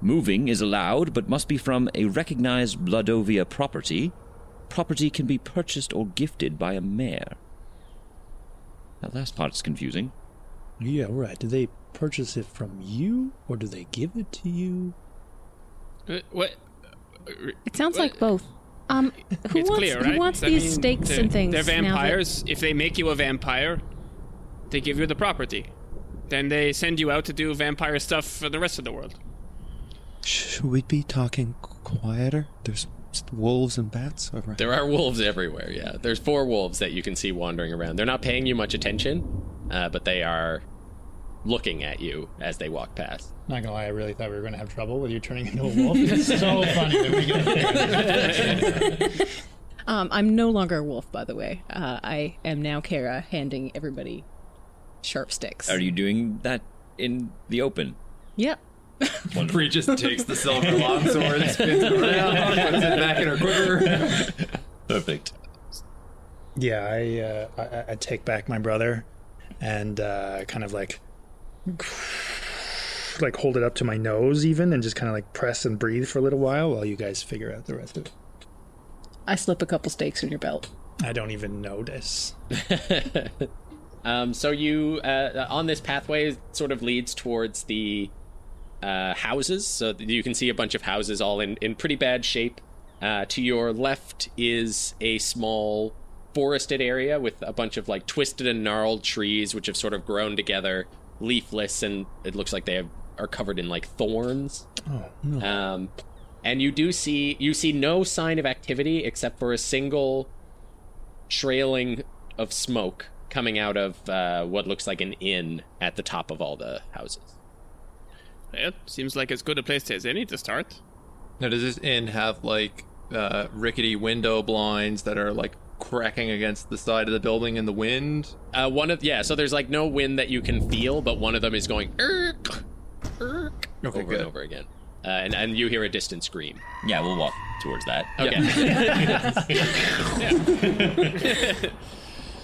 Moving is allowed, but must be from a recognized Bladovia property. Property can be purchased or gifted by a mayor. That last part's confusing. Yeah, right. Do they purchase it from you, or do they give it to you? Uh, What? It sounds like both. Um, who wants it's clear, who right? wants I these mean, stakes they're- and things? They're now that- vampires. If they make you a vampire, they give you the property. Then they send you out to do vampire stuff for the rest of the world. Should we be talking quieter? There's wolves and bats over. There are wolves everywhere. Yeah, there's four wolves that you can see wandering around. They're not paying you much attention, uh, but they are looking at you as they walk past. Not gonna lie, I really thought we were gonna have trouble with you turning into a Oh, wolf. It's so funny that we get Um, I'm no longer a wolf, by the way. Uh, I am now Kara, handing everybody sharp sticks. Are you doing that in the open? Yep. Bree just takes the silver longsword, spins it around, puts it back in her quiver. Perfect. Yeah, I, uh, I- I I take back my brother, and uh, kind of like like hold it up to my nose even, and just kind of like press and breathe for a little while while you guys figure out the rest of it. I slip a couple stakes in your belt. I don't even notice. Um, so you uh, on this pathway it sort of leads towards the uh, houses. So that you can see a bunch of houses all in, in pretty bad shape. Uh, to your left is a small forested area with a bunch of like twisted and gnarled trees, which have sort of grown together, leafless, and it looks like they have, are covered in like thorns. Oh no. Hmm. Um, and you do see you see no sign of activity except for a single trailing of smoke coming out of uh, what looks like an inn at the top of all the houses. Well, seems like as good a place as any to start. Now, does this inn have like uh, rickety window blinds that are like cracking against the side of the building in the wind? Uh, one of yeah, so there's like no wind that you can feel, but one of them is going "Erk, erk," Okay, over good. and over again, uh, and and you hear a distant scream. Yeah, we'll walk towards that. Okay.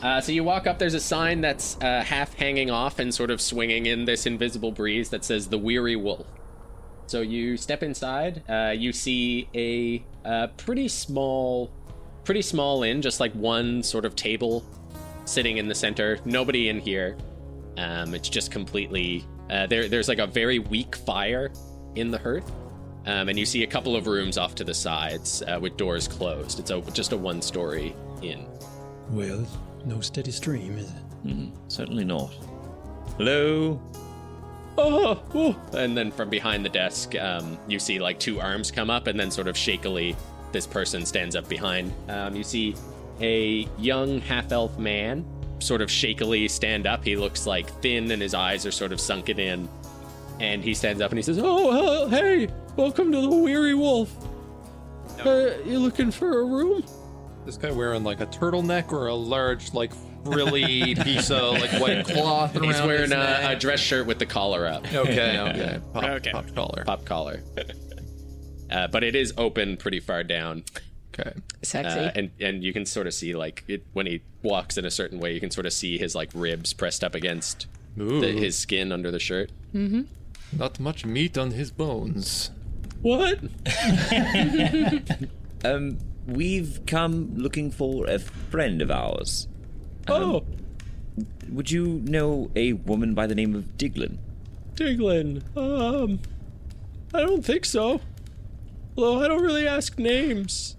uh, so you walk up. There's a sign that's uh, half hanging off and sort of swinging in this invisible breeze that says "The Weary Wolf." So you step inside. Uh, you see a uh, pretty small, pretty small inn, just like one sort of table sitting in the center. Nobody in here. Um, it's just completely uh, there. There's like a very weak fire in the hearth, um, and you see a couple of rooms off to the sides uh, with doors closed. It's a, just a one-story inn. Well, no steady stream, is it? Certainly not. Hello? Oh, oh. And then from behind the desk, um, you see like two arms come up, and then sort of shakily, this person stands up behind. Um, you see a young half elf man sort of shakily stand up. He looks like thin, and his eyes are sort of sunken in. And he stands up and he says, Oh, hell, hey, welcome to the Weary Wolf. Uh, you looking for a room? This guy wearing like a turtleneck or a large like frilly piece of like white cloth around. He's wearing his a, neck. a dress shirt with the collar up. Okay, okay. Pop, okay. pop collar. Pop collar. Uh, but it is open pretty far down. Uh, Okay. Sexy. and and you can sort of see like it when he walks in a certain way, you can sort of see his like ribs pressed up against Ooh. the, his skin under the shirt. Mm-hmm. Not much meat on his bones. What? um, we've come looking for a friend of ours. Um, Oh. Would you know a woman by the name of Diglin? Diglin. Um, I don't think so. Although I don't really ask names.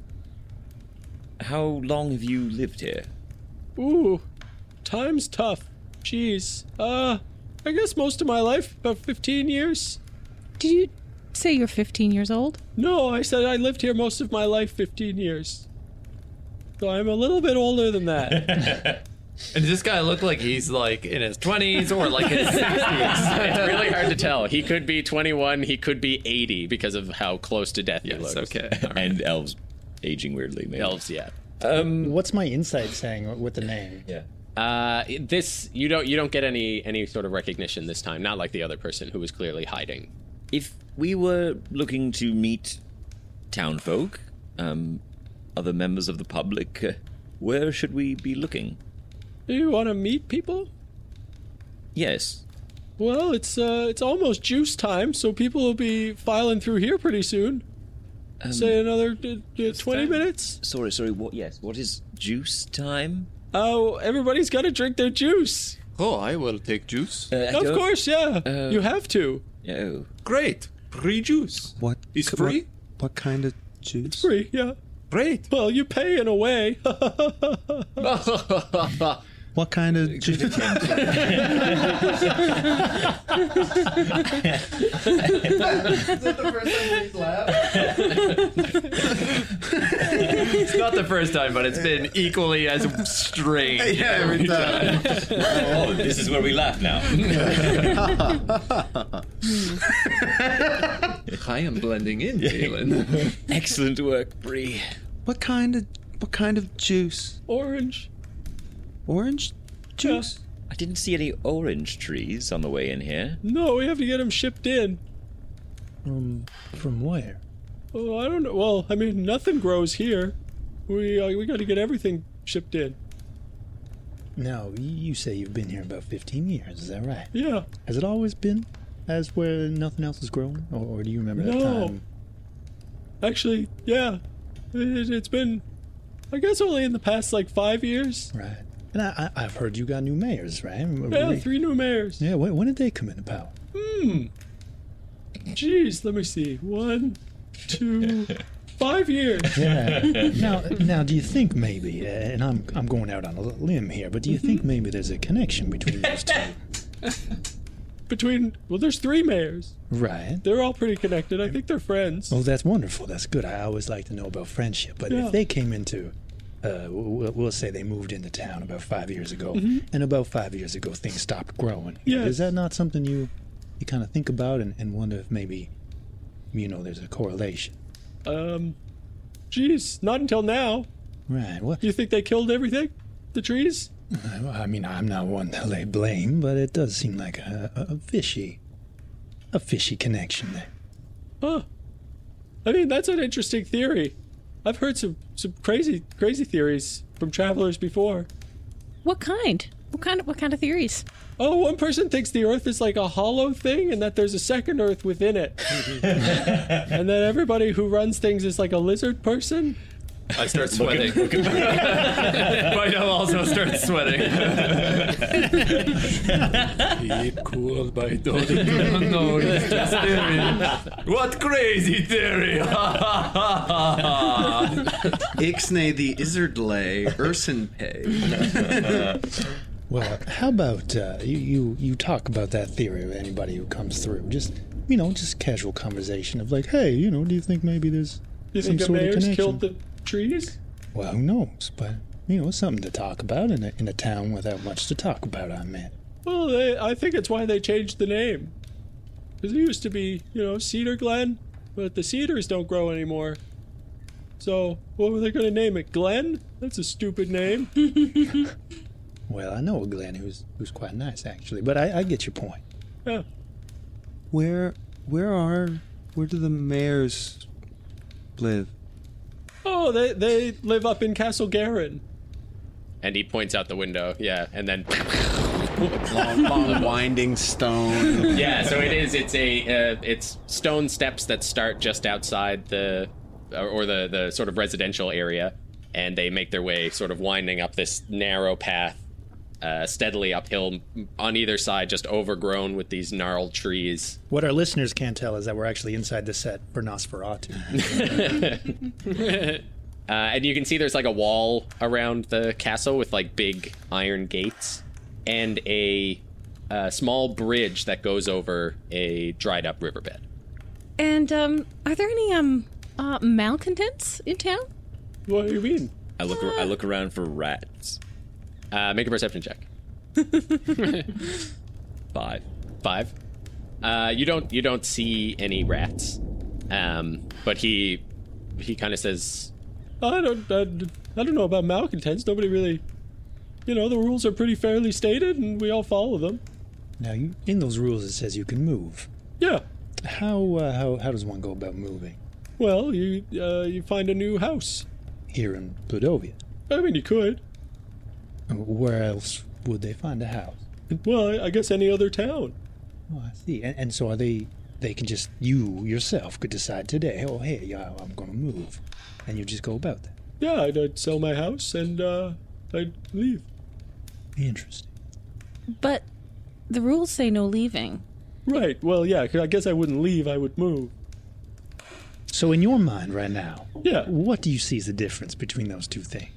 How long have you lived here? Ooh, time's tough. Jeez. Uh, I guess most of my life, about 15 years. Did you say you're 15 years old? No, I said I lived here most of my life, 15 years. So I'm a little bit older than that. And does this guy look like he's like in his twenties or like his sixties? it's really hard to tell. He could be 21, he could be 80 because of how close to death he looks. Okay. And elves aging weirdly, maybe. Elves, yeah. Um, What's my insight saying with the name? Yeah. Uh, this you don't you don't get any any sort of recognition this time. Not like the other person who was clearly hiding. If we were looking to meet town folk, um, other members of the public, uh, where should we be looking? Do you want to meet people? Yes. Well, it's uh, it's almost juice time, so people will be filing through here pretty soon. Um, Say another uh, uh, twenty minutes. Sorry, sorry. What? Yes. What is juice time? Oh, everybody's got to drink their juice. Oh, I will take juice. Of course, yeah. Uh, you have to. Uh, No. Great. Free juice. What It's ki- free? What, what kind of juice? It's free, yeah. Great. Well, you pay in a way. What kind of juice? it's not the first time, but it's been equally as strange. Yeah, every time. oh, this is where we laugh now. I am blending in, Jalen. Excellent work, Bree. What kind of what kind of juice? Orange. Orange juice. I didn't see any orange trees on the way in here. no, we have to get them shipped in. Um, From from where? Oh, I don't know. Well, I mean, nothing grows here. We uh, we got to get everything shipped in. Now you say you've been here about fifteen years. Is that right? Yeah. Has it always been as where nothing else is growing, or, or do you remember that No. time? Actually, yeah. It, it's been, I guess, only in the past like five years. Right. And I, I, I've heard you got new mayors, right? Yeah, three new mayors. Yeah. When, when did they come into power? Hmm. Jeez, let me see. One, two, five years. Yeah. now, now, do you think maybe, uh, and I'm I'm going out on a limb here, but do you Mm-hmm. think maybe there's a connection between those two? Between well, there's three mayors. Right. They're all pretty connected. I think they're friends. Well, Oh, that's wonderful. That's good. I always like to know about friendship. But Yeah. if they came into, uh, w- w- we'll say they moved into town about five years ago, Mhm. and about five years ago things stopped growing. Yes. Is that not something you, you kind of think about and, and wonder if maybe, you know, there's a correlation? Um, jeez, not until now. Right. What? You think they killed everything? The trees? I I mean, I'm not one to lay blame, but it does seem like a, a, a fishy, a fishy connection there. Huh. I mean, that's an interesting theory. I've heard some some crazy crazy theories from travelers before. What kind? What kind of what kind of theories? Oh, one person thinks the Earth is like a hollow thing and that there's a second Earth within it. and then everybody who runs things is like a lizard person. I start sweating. But I'll also start sweating. Keep cool, by Doddy. no, it's just theory. What crazy theory! Ixnay the Izzardlay Ursinpay. Well, how about uh, you, you? You talk about that theory with anybody who comes through. Just you know, just casual conversation of like, hey, you know, do you think maybe there's You some think the sort of mayor's connection? killed the trees? Well, who knows? But you know, it's something to talk about in a, in a town without much to talk about. I mean, Well, they, I think it's why they changed the name. Because it used to be, you know, Cedar Glen, but the cedars don't grow anymore. So, what were they going to name it? Glen? That's a stupid name. well, I know a Glenn who's who's quite nice actually, but I, I get your point. Yeah. Where where are where do the mayors live? Oh, they, they live up in Castle Garin. And he points out the window. Yeah, and then Long, long winding stone. yeah, so it is. It's a uh, it's stone steps that start just outside the or, or the the sort of residential area, and they make their way sort of winding up this narrow path, uh, steadily uphill on either side, just overgrown with these gnarled trees. What our listeners can't tell is that we're actually inside the set for Nosferatu. Uh, and you can see there's like a wall around the castle with like big iron gates and a uh, small bridge that goes over a dried up riverbed. And um, are there any um uh, malcontents in town? What do you mean? I look. I look around for rats. Uh, make a perception check. Five. Five. Uh, you don't you don't see any rats, um, but he he kind of says I don't, I, I don't know about malcontents. Nobody really. You know, the rules are pretty fairly stated, and we all follow them. now, you, in those rules, it says you can move. Yeah. How uh, how how does one go about moving Well, you uh, you find a new house. here in Pludovia? I mean, you could. Where else would they find a house? Well, I, I guess any other town. Oh, I see. And, and so are they? They can just you yourself could decide today. Oh, hey, yeah, I'm going to move, and you just go about that. Yeah, I'd, I'd sell my house and uh, I'd leave. Interesting. But the rules say no leaving. Right. Well, yeah. 'cause I guess I wouldn't leave. I would move. So, in your mind right now, Yeah. what do you see as the difference between those two things?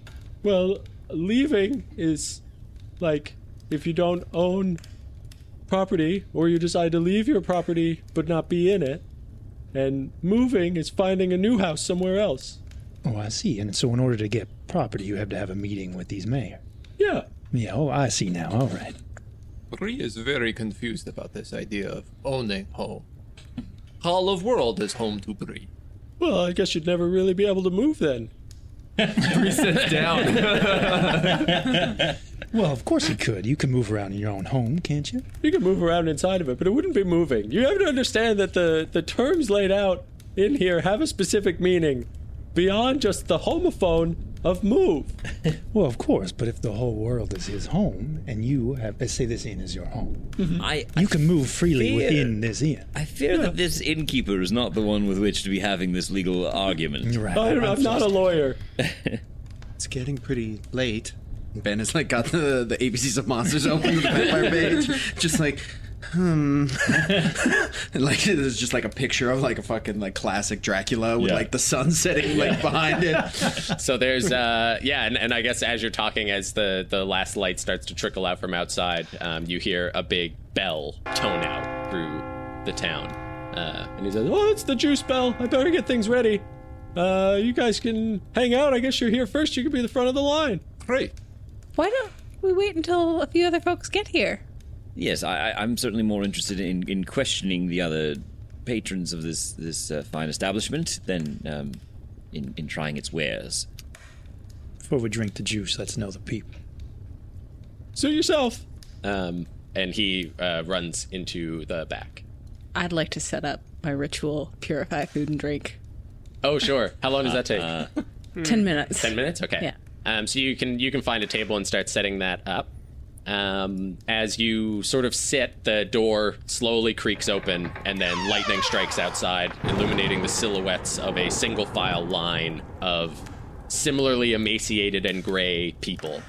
Well, leaving is like if you don't own property or you decide to leave your property but not be in it. And moving is finding a new house somewhere else. Oh, I see. And so, in order to get property, you have to have a meeting with these mayor. Yeah. Yeah. Oh, I see now. All right. Bree is very confused about this idea of owning home. Hall of World is home to Bree. Well, I guess you'd never really be able to move then. Bree sits down. Well, of course you could. You can move around in your own home, can't you? You can move around inside of it, but it wouldn't be moving. You have to understand that the, the terms laid out in here have a specific meaning beyond just the homophone of move. Well, of course. But if the whole world is his home, and you have, let's say this inn is your home, I you can move freely fear- within this inn. I fear that this innkeeper is not the one with which to be having this legal argument. You're right. I don't, Oh, I'm not a lawyer. It's getting pretty late. Ben has like got the, the ABCs of monsters open, the vampire page, just like, hmm, and like there's just like a picture of like a fucking like classic Dracula with Yeah. like the sun setting like behind it. so there's uh yeah and, and i guess as you're talking as the the last light starts to trickle out from outside um, you hear a big bell tone out through the town uh, and he says Oh, it's the juice bell. I better get things ready. Uh, you guys can hang out. I guess you're here first. You can be the front of the line. Great. Why don't we wait until a few other folks get here? Yes, I, I- I'm certainly more interested in, in questioning the other patrons of this this uh, fine establishment than um, in in trying its wares. Before we drink the juice, let's know the people. Suit yourself. um, and he uh, runs into the back I'd like to set up my ritual, purify food and drink. oh sure how long does that take Hmm. Ten minutes. 10 minutes okay Yeah. um, so you can you can find a table and start setting that up um, as you sort of sit the door slowly creaks open and then lightning strikes outside illuminating the silhouettes of a single file line of similarly emaciated and gray people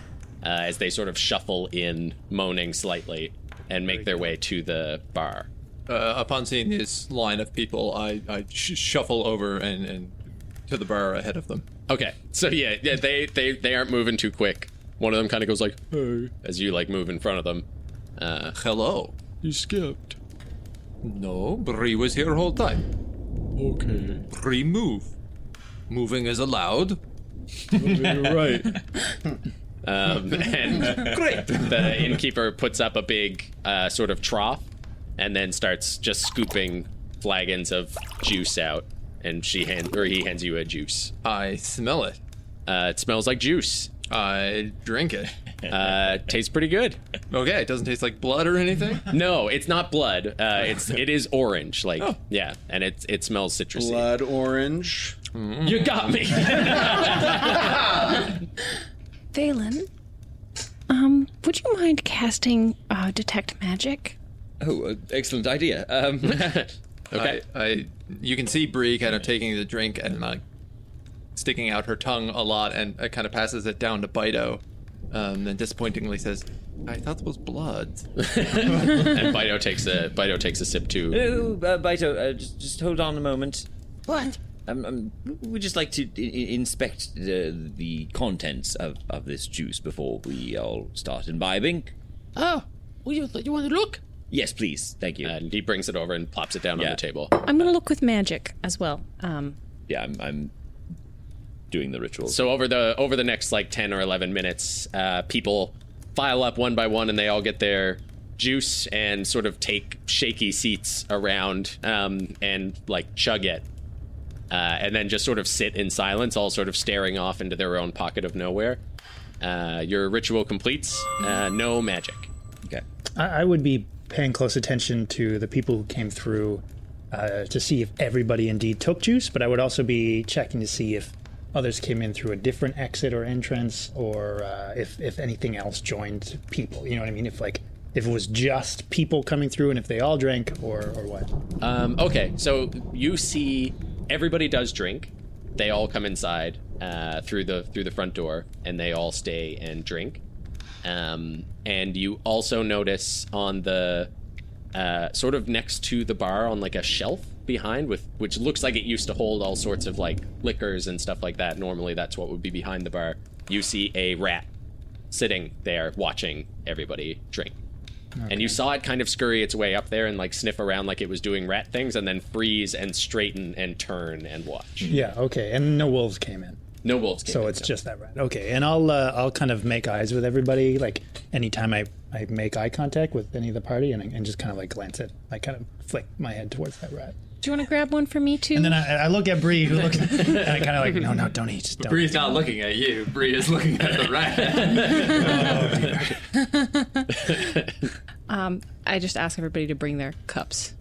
uh, as they sort of shuffle in moaning slightly and make their way to the bar Uh, upon seeing this line of people, I, I sh- shuffle over and, and to the bar ahead of them. Okay, so yeah, yeah, they they they aren't moving too quick. One of them kind of goes like, "Hey," as you like move in front of them. Uh, Hello. You skipped. No, Bree was here whole time. Okay. Bree move. Moving is allowed. You're right. Um, and Great. the innkeeper puts up a big uh, sort of trough and then starts just scooping flagons of juice out. And she hand, or he hands you a juice. I smell it. Uh, it smells like juice. I drink it. Uh, tastes pretty good. Okay, it doesn't taste like blood or anything. No, it's not blood. Uh, it's it is orange, like Oh. yeah, and it it smells citrusy. Blood orange. Mm. You got me. Valen, um, would you mind casting uh, detect magic? Oh, uh, excellent idea. Um, okay, I, I you can see Bree kind of taking the drink and like sticking out her tongue a lot, and it kind of passes it down to Bido, um, and disappointingly says, "I thought it was blood." and Bido takes a Bido takes a sip too. Ooh, uh, Baito, uh, just, just hold on a moment. What? Um, um, we just like to I- I- inspect the, the contents of, of this juice before we all start imbibing. Oh, well, you, you want to look? Yes, please. Thank you. And he brings it over and plops it down on the table. I'm gonna look with magic as well. Um, Yeah, I'm, I'm doing the ritual. So over the over the next like ten or eleven minutes, uh, people file up one by one, and they all get their juice and sort of take shaky seats around um, and like chug it, uh, and then just sort of sit in silence, all sort of staring off into their own pocket of nowhere. Uh, your ritual completes. Uh, no magic. Okay. I, I would be paying close attention to the people who came through uh, to see if everybody indeed took juice, but I would also be checking to see if others came in through a different exit or entrance, or uh, if if anything else joined people. You know what I mean? If like if it was just people coming through, and if they all drank, or or what? Um, okay, so you see everybody does drink. They all come inside uh, through the through the front door, and they all stay and drink. Um, and you also notice on the uh, sort of next to the bar on like a shelf behind with which looks like it used to hold all sorts of like liquors and stuff like that normally that's what would be behind the bar you see a rat sitting there watching everybody drink and you saw it kind of scurry its way up there and like sniff around like it was doing rat things and then freeze and straighten and turn and watch. Yeah. Okay. And no wolves came in. No wolves came. so in, it's no. just that rat. Okay, and I'll uh, I'll kind of make eyes with everybody. Like anytime I, I make eye contact with any of the party, and, and just kind of like glance at, I kind of flick my head towards that rat. do you want to grab one for me too? And then I, I look at Bree, who looks, and I kind of like, no, no, don't eat, just don't. Bree's not looking at you. Bree is looking at the rat. Um, I just ask everybody to bring their cups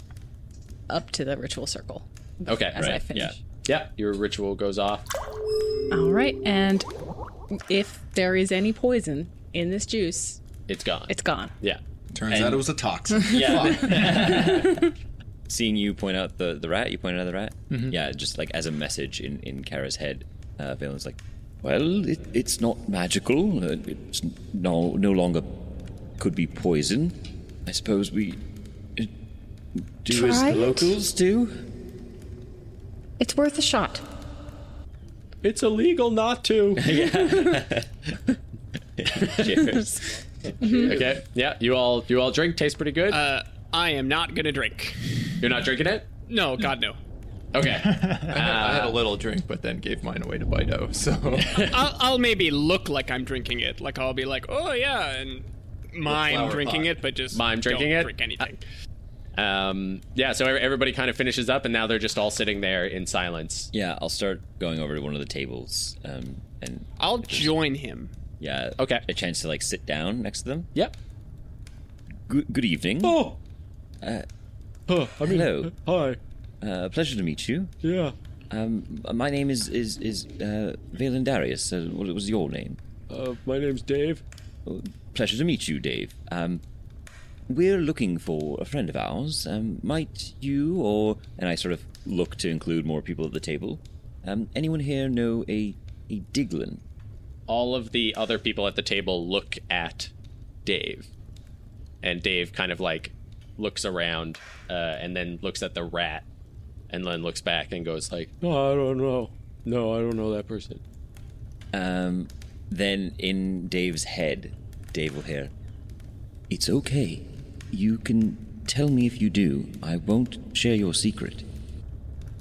up to the ritual circle. Okay, as right. I finish. Yeah. yeah, your ritual goes off. All right, and if there is any poison in this juice, It's gone. it's gone. Yeah. Turns And- out it was a toxin. Yeah. Seeing you point out the, the rat, you point out the rat. Mm-hmm. Yeah, just like as a message in in Kara's head, uh, Valen's like, "Well, it, it's not magical. Uh, It's no no longer could be poison. I suppose we uh, do as Try the it? locals do." It's worth a shot. It's illegal not to. Cheers. okay. Yeah, you all you all drink. Tastes pretty good. Uh, I am not gonna drink. You're not drinking it. No, God no. Okay. I had a little drink, but then gave mine away to Bido. So I'll, I'll maybe look like I'm drinking it. Like I'll be like, oh yeah, and mime flower drinking pot. it, but just Mime drinking don't it? Drink anything. Um, yeah. So everybody kind of finishes up, and now they're just all sitting there in silence. Yeah, I'll start going over to one of the tables, um, and I'll join him. yeah, okay, a chance to like sit down next to them. Yep. Good, good evening. Oh. Uh, Huh, I mean, Hello. Hi. Uh, pleasure to meet you. Yeah. Um, my name is is is uh, Valen Darius. Uh, what was your name? Uh, my name's Dave. Oh, Pleasure to meet you, Dave. Um, we're looking for a friend of ours. Um, might you or and I sort of look to include more people at the table. Um, anyone here know a a Diglin? all of the other people at the table look at Dave. And Dave kind of like looks around uh, and then looks at the rat and then looks back and goes like, No, I don't know. No, I don't know that person. Um, Then in Dave's head, Dave will hear, It's okay. You can tell me if you do. I won't share your secret.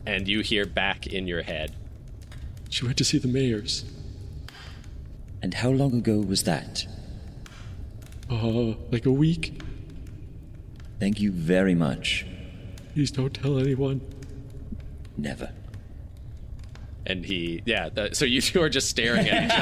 And you hear back in your head. She went to see the mayor's. And how long ago was that? Uh, like a week. Thank you very much. Please don't tell anyone. Never. And he, yeah. th- so you two are just staring at each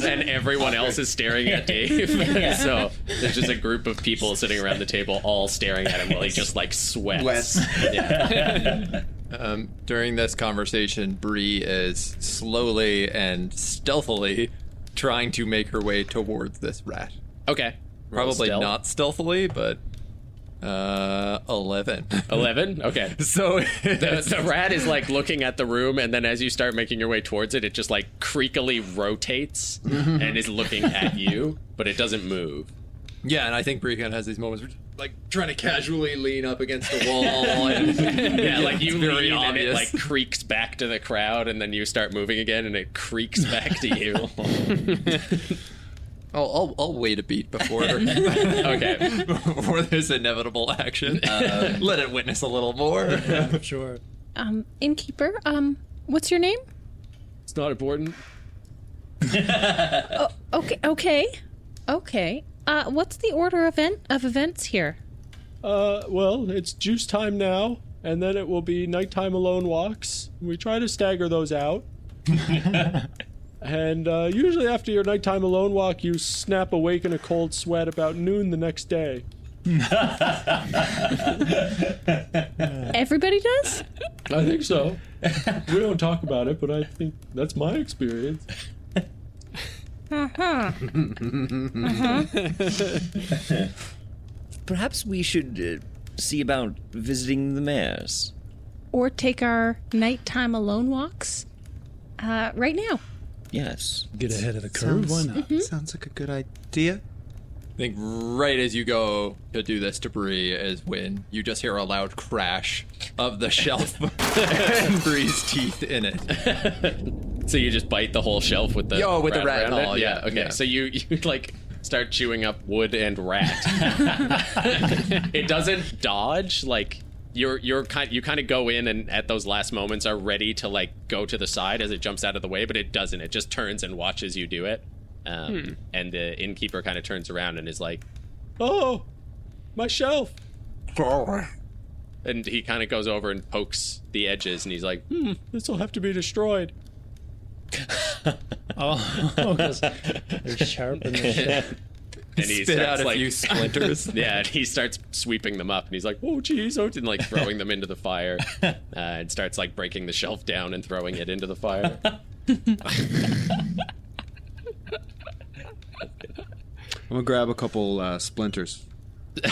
other, and everyone else is staring at Dave. Yeah. so there's just a group of people sitting around the table, all staring at him while he just like sweats. Yeah. Um, during this conversation, Bree is slowly and stealthily trying to make her way towards this rat. Okay. Roll Probably stealth. not stealthily, but uh, eleven. 11? Okay. So the, the rat is like looking at the room, and then as you start making your way towards it, it just like creakily rotates Mhm. and is looking at you, but it doesn't move. Yeah, and I think Bree kind of has these moments where she's, like trying to casually lean up against the wall. and, yeah, like it's you very lean and it obvious. like creaks back to the crowd, and then you start moving again, and it creaks back to you. I'll, I'll, I'll wait a beat before Okay. before this inevitable action. Um, Let it witness a little more. sure. Um, innkeeper, um, what's your name? It's not important. Okay, okay, okay. Uh, what's the order event of events here? Uh, well, it's juice time now, and then it will be nighttime alone walks. We try to stagger those out. and uh, usually after your nighttime alone walk, you snap awake in a cold sweat about noon the next day. Uh. Everybody does? I think so. we don't talk about it, but I think that's my experience. Uh-huh. Uh-huh. Perhaps we should uh, see about visiting the mayor's. Or take our nighttime alone walks uh, right now. Yes. Get ahead of the Sounds- Mm-hmm. curve. Why not? Sounds like a good idea. I think right as you go to do this to Bree is when you just hear a loud crash of the shelf and Bree's teeth in it. So you just bite the whole shelf with the Yo, with the rat around and all, it? yeah, okay. yeah. So you you like start chewing up wood and rat. it doesn't dodge like you're you're kind you kind of go in and at those last moments are ready to like go to the side as it jumps out of the way, but it doesn't. It just turns and watches you do it. Um, Hmm. And the innkeeper kind of turns around and is like, Oh, my shelf. and he kind of goes over and pokes the edges, and he's like, Hmm, this will have to be destroyed. oh, they're sharp and and he Spit starts out a like few splinters. yeah, and he starts sweeping them up, and he's like, "Oh, jeez!" oh," and like throwing them into the fire, uh, and starts like breaking the shelf down and throwing it into the fire. I'm gonna grab a couple uh, splinters.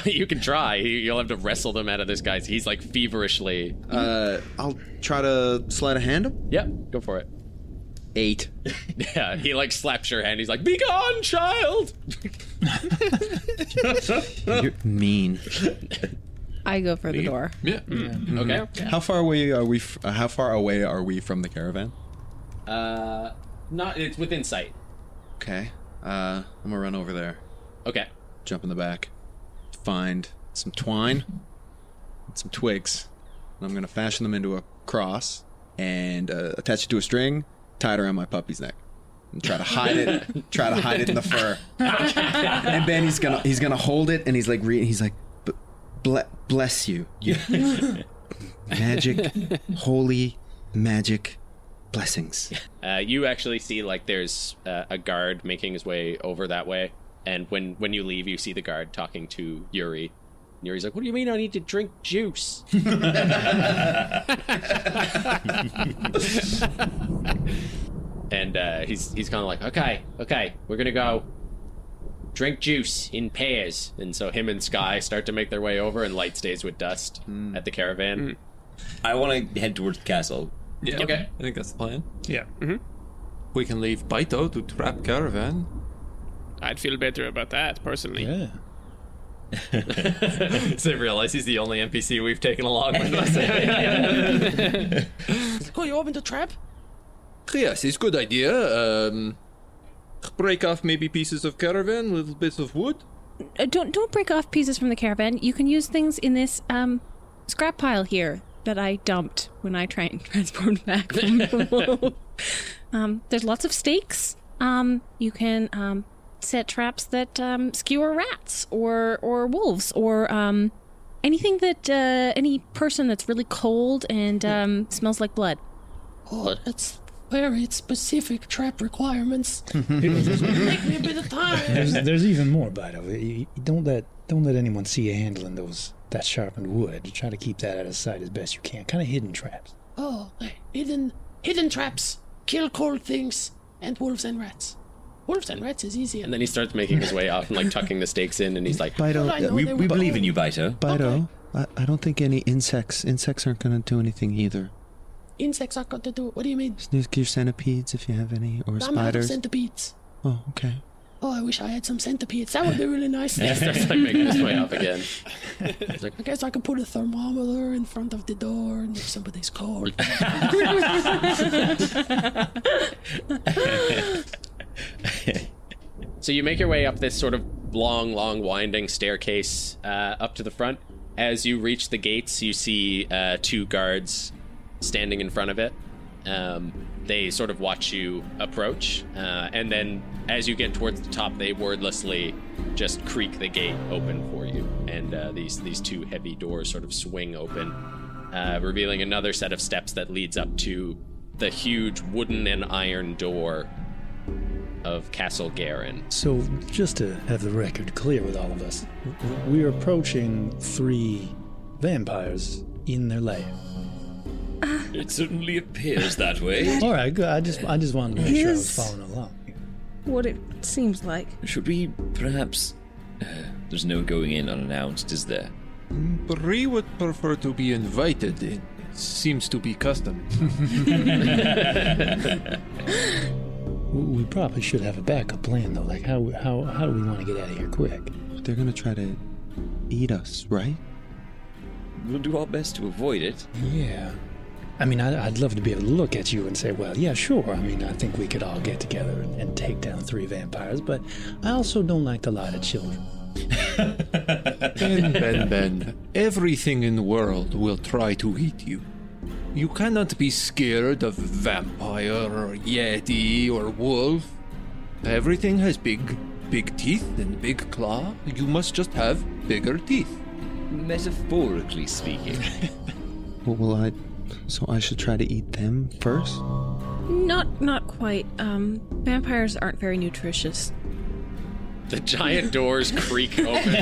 you can try. You- You'll have to wrestle them out of this guy's. He's like feverishly. Uh, I'll try to slide a hand him. Yep, go for it. Eight. Yeah, he like slaps your hand. He's like, "Be gone, child!" You're mean. I go for the door. Yeah. Mm. Okay. Mm-hmm. How far away are we? F- uh, how far away are we from the caravan? Uh, not. It's within sight. Okay. Uh, I'm gonna run over there. Okay. Jump in the back. Find some twine, and some twigs, and I'm gonna fashion them into a cross and uh, attach it to a string, tie it around my puppy's neck, and try to hide it. try to hide it in the fur. and Ben, he's gonna he's gonna hold it, and he's like re- he's like, "B- ble- bless you, you magic, holy magic blessings. Uh, you actually see like there's uh, a guard making his way over that way, and when when you leave, you see the guard talking to Yuri. Yuri's like, "What do you mean I need to drink juice?" and uh, he's he's kind of like, "Okay, okay, we're gonna go drink juice in pairs." And so him and Sky start to make their way over, and Light stays with Dust at the caravan. Hmm. I want to head towards the castle. Yeah. Okay. I think that's the plan. Mm-hmm. Yeah. We can leave Baito to trap caravan. I'd feel better about that personally. Yeah. so they realize he's the only NPC we've taken along with us. Cool, you opened the trap? yes, it's a good idea. Um, Break off maybe pieces of caravan, little bits of wood. Uh, don't don't break off pieces from the caravan. You can use things in this um, scrap pile here that I dumped when I try and transformed back from below. um, there's lots of stakes. Um, you can um, set traps that um, skewer rats or or wolves or um, anything that uh, any person that's really cold and um, smells like blood. Oh, that's very specific trap requirements. there's, Take me a bit of time. there's even more, by the way. You- you Don't let don't let anyone see you handling those that sharpened wood. Try to keep that out of sight as best you can. Kind of hidden traps. Oh, hidden hidden traps. Kill cold things and wolves and rats. Wolves and rats is easy. And then he starts making his way up and like tucking the stakes in, and he's like, Bito, Well, I know we- they we were believe in you, Bito. Bido, I, uh, I don't think any insects. Insects aren't going to do anything either. Insects are got to do. What do you mean? Snoop your centipedes if you have any, or I'm out of spiders. centipedes. Oh, okay. Oh, I wish I had some centipedes. That would be really nice. He starts like making his way up again. I guess I could put a thermometer in front of the door, and if somebody's cold. So you make your way up this sort of long, long, winding staircase uh, up to the front. As you reach the gates, you see uh, two guards standing in front of it. Um, they sort of watch you approach, uh, and then as you get towards the top, they wordlessly just creak the gate open for you, and uh, these these two heavy doors sort of swing open, uh, revealing another set of steps that leads up to the huge wooden and iron door of Castle Garin. So, just to have the record clear with all of us, w- we're approaching three vampires in their lair. It certainly appears that way. All right, good. I just I just wanted to make sure I was Yes. following along. What it seems like. Should we perhaps? Uh, there's no going in unannounced, is there? Bree would prefer to be invited. It seems to be custom. W- We probably should have a backup plan though. Like how how how do we want to get out of here quick? They're going to try to eat us, right? We'll do our best to avoid it. Yeah. I mean, I, I'd love to be able to look at you and say, well, yeah, sure. I mean, I think we could all get together and, and take down three vampires, but I also don't like to lie to children. Ben, Ben, Ben, everything in the world will try to eat you. You cannot be scared of vampire or yeti or wolf. Everything has big, big teeth and big claw. You must just have bigger teeth. Metaphorically speaking. What will I. So I should try to eat them first? Not not quite. Um, vampires aren't very nutritious. The giant doors creak open.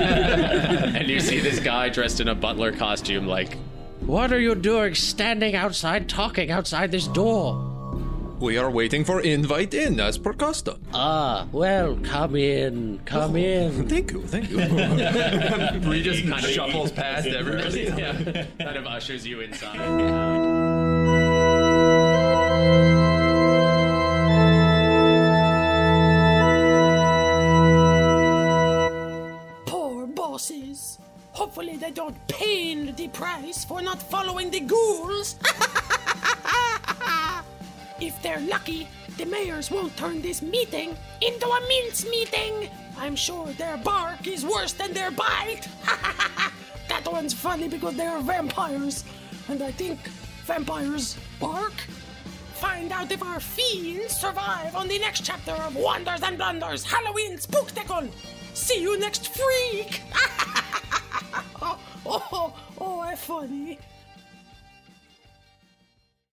and you see this guy dressed in a butler costume, like, What are you doing standing outside talking outside this door? We are waiting for invite in, as per custom. Ah, well, come in, come in. Oh, Thank you, thank you. Bree just kind of shuffles past everybody. yeah, kind of ushers you inside. Poor bosses. Hopefully they don't pay the price for not following the ghouls. if they're lucky, the mayors won't turn this meeting into a mince meeting. I'm sure their bark is worse than their bite. that one's funny because they're vampires, and I think vampires bark. Find out if our fiends survive on the next chapter of Wonders and Blunders Halloween Spooktacle. See you next freak. oh, oh, oh, oh, funny.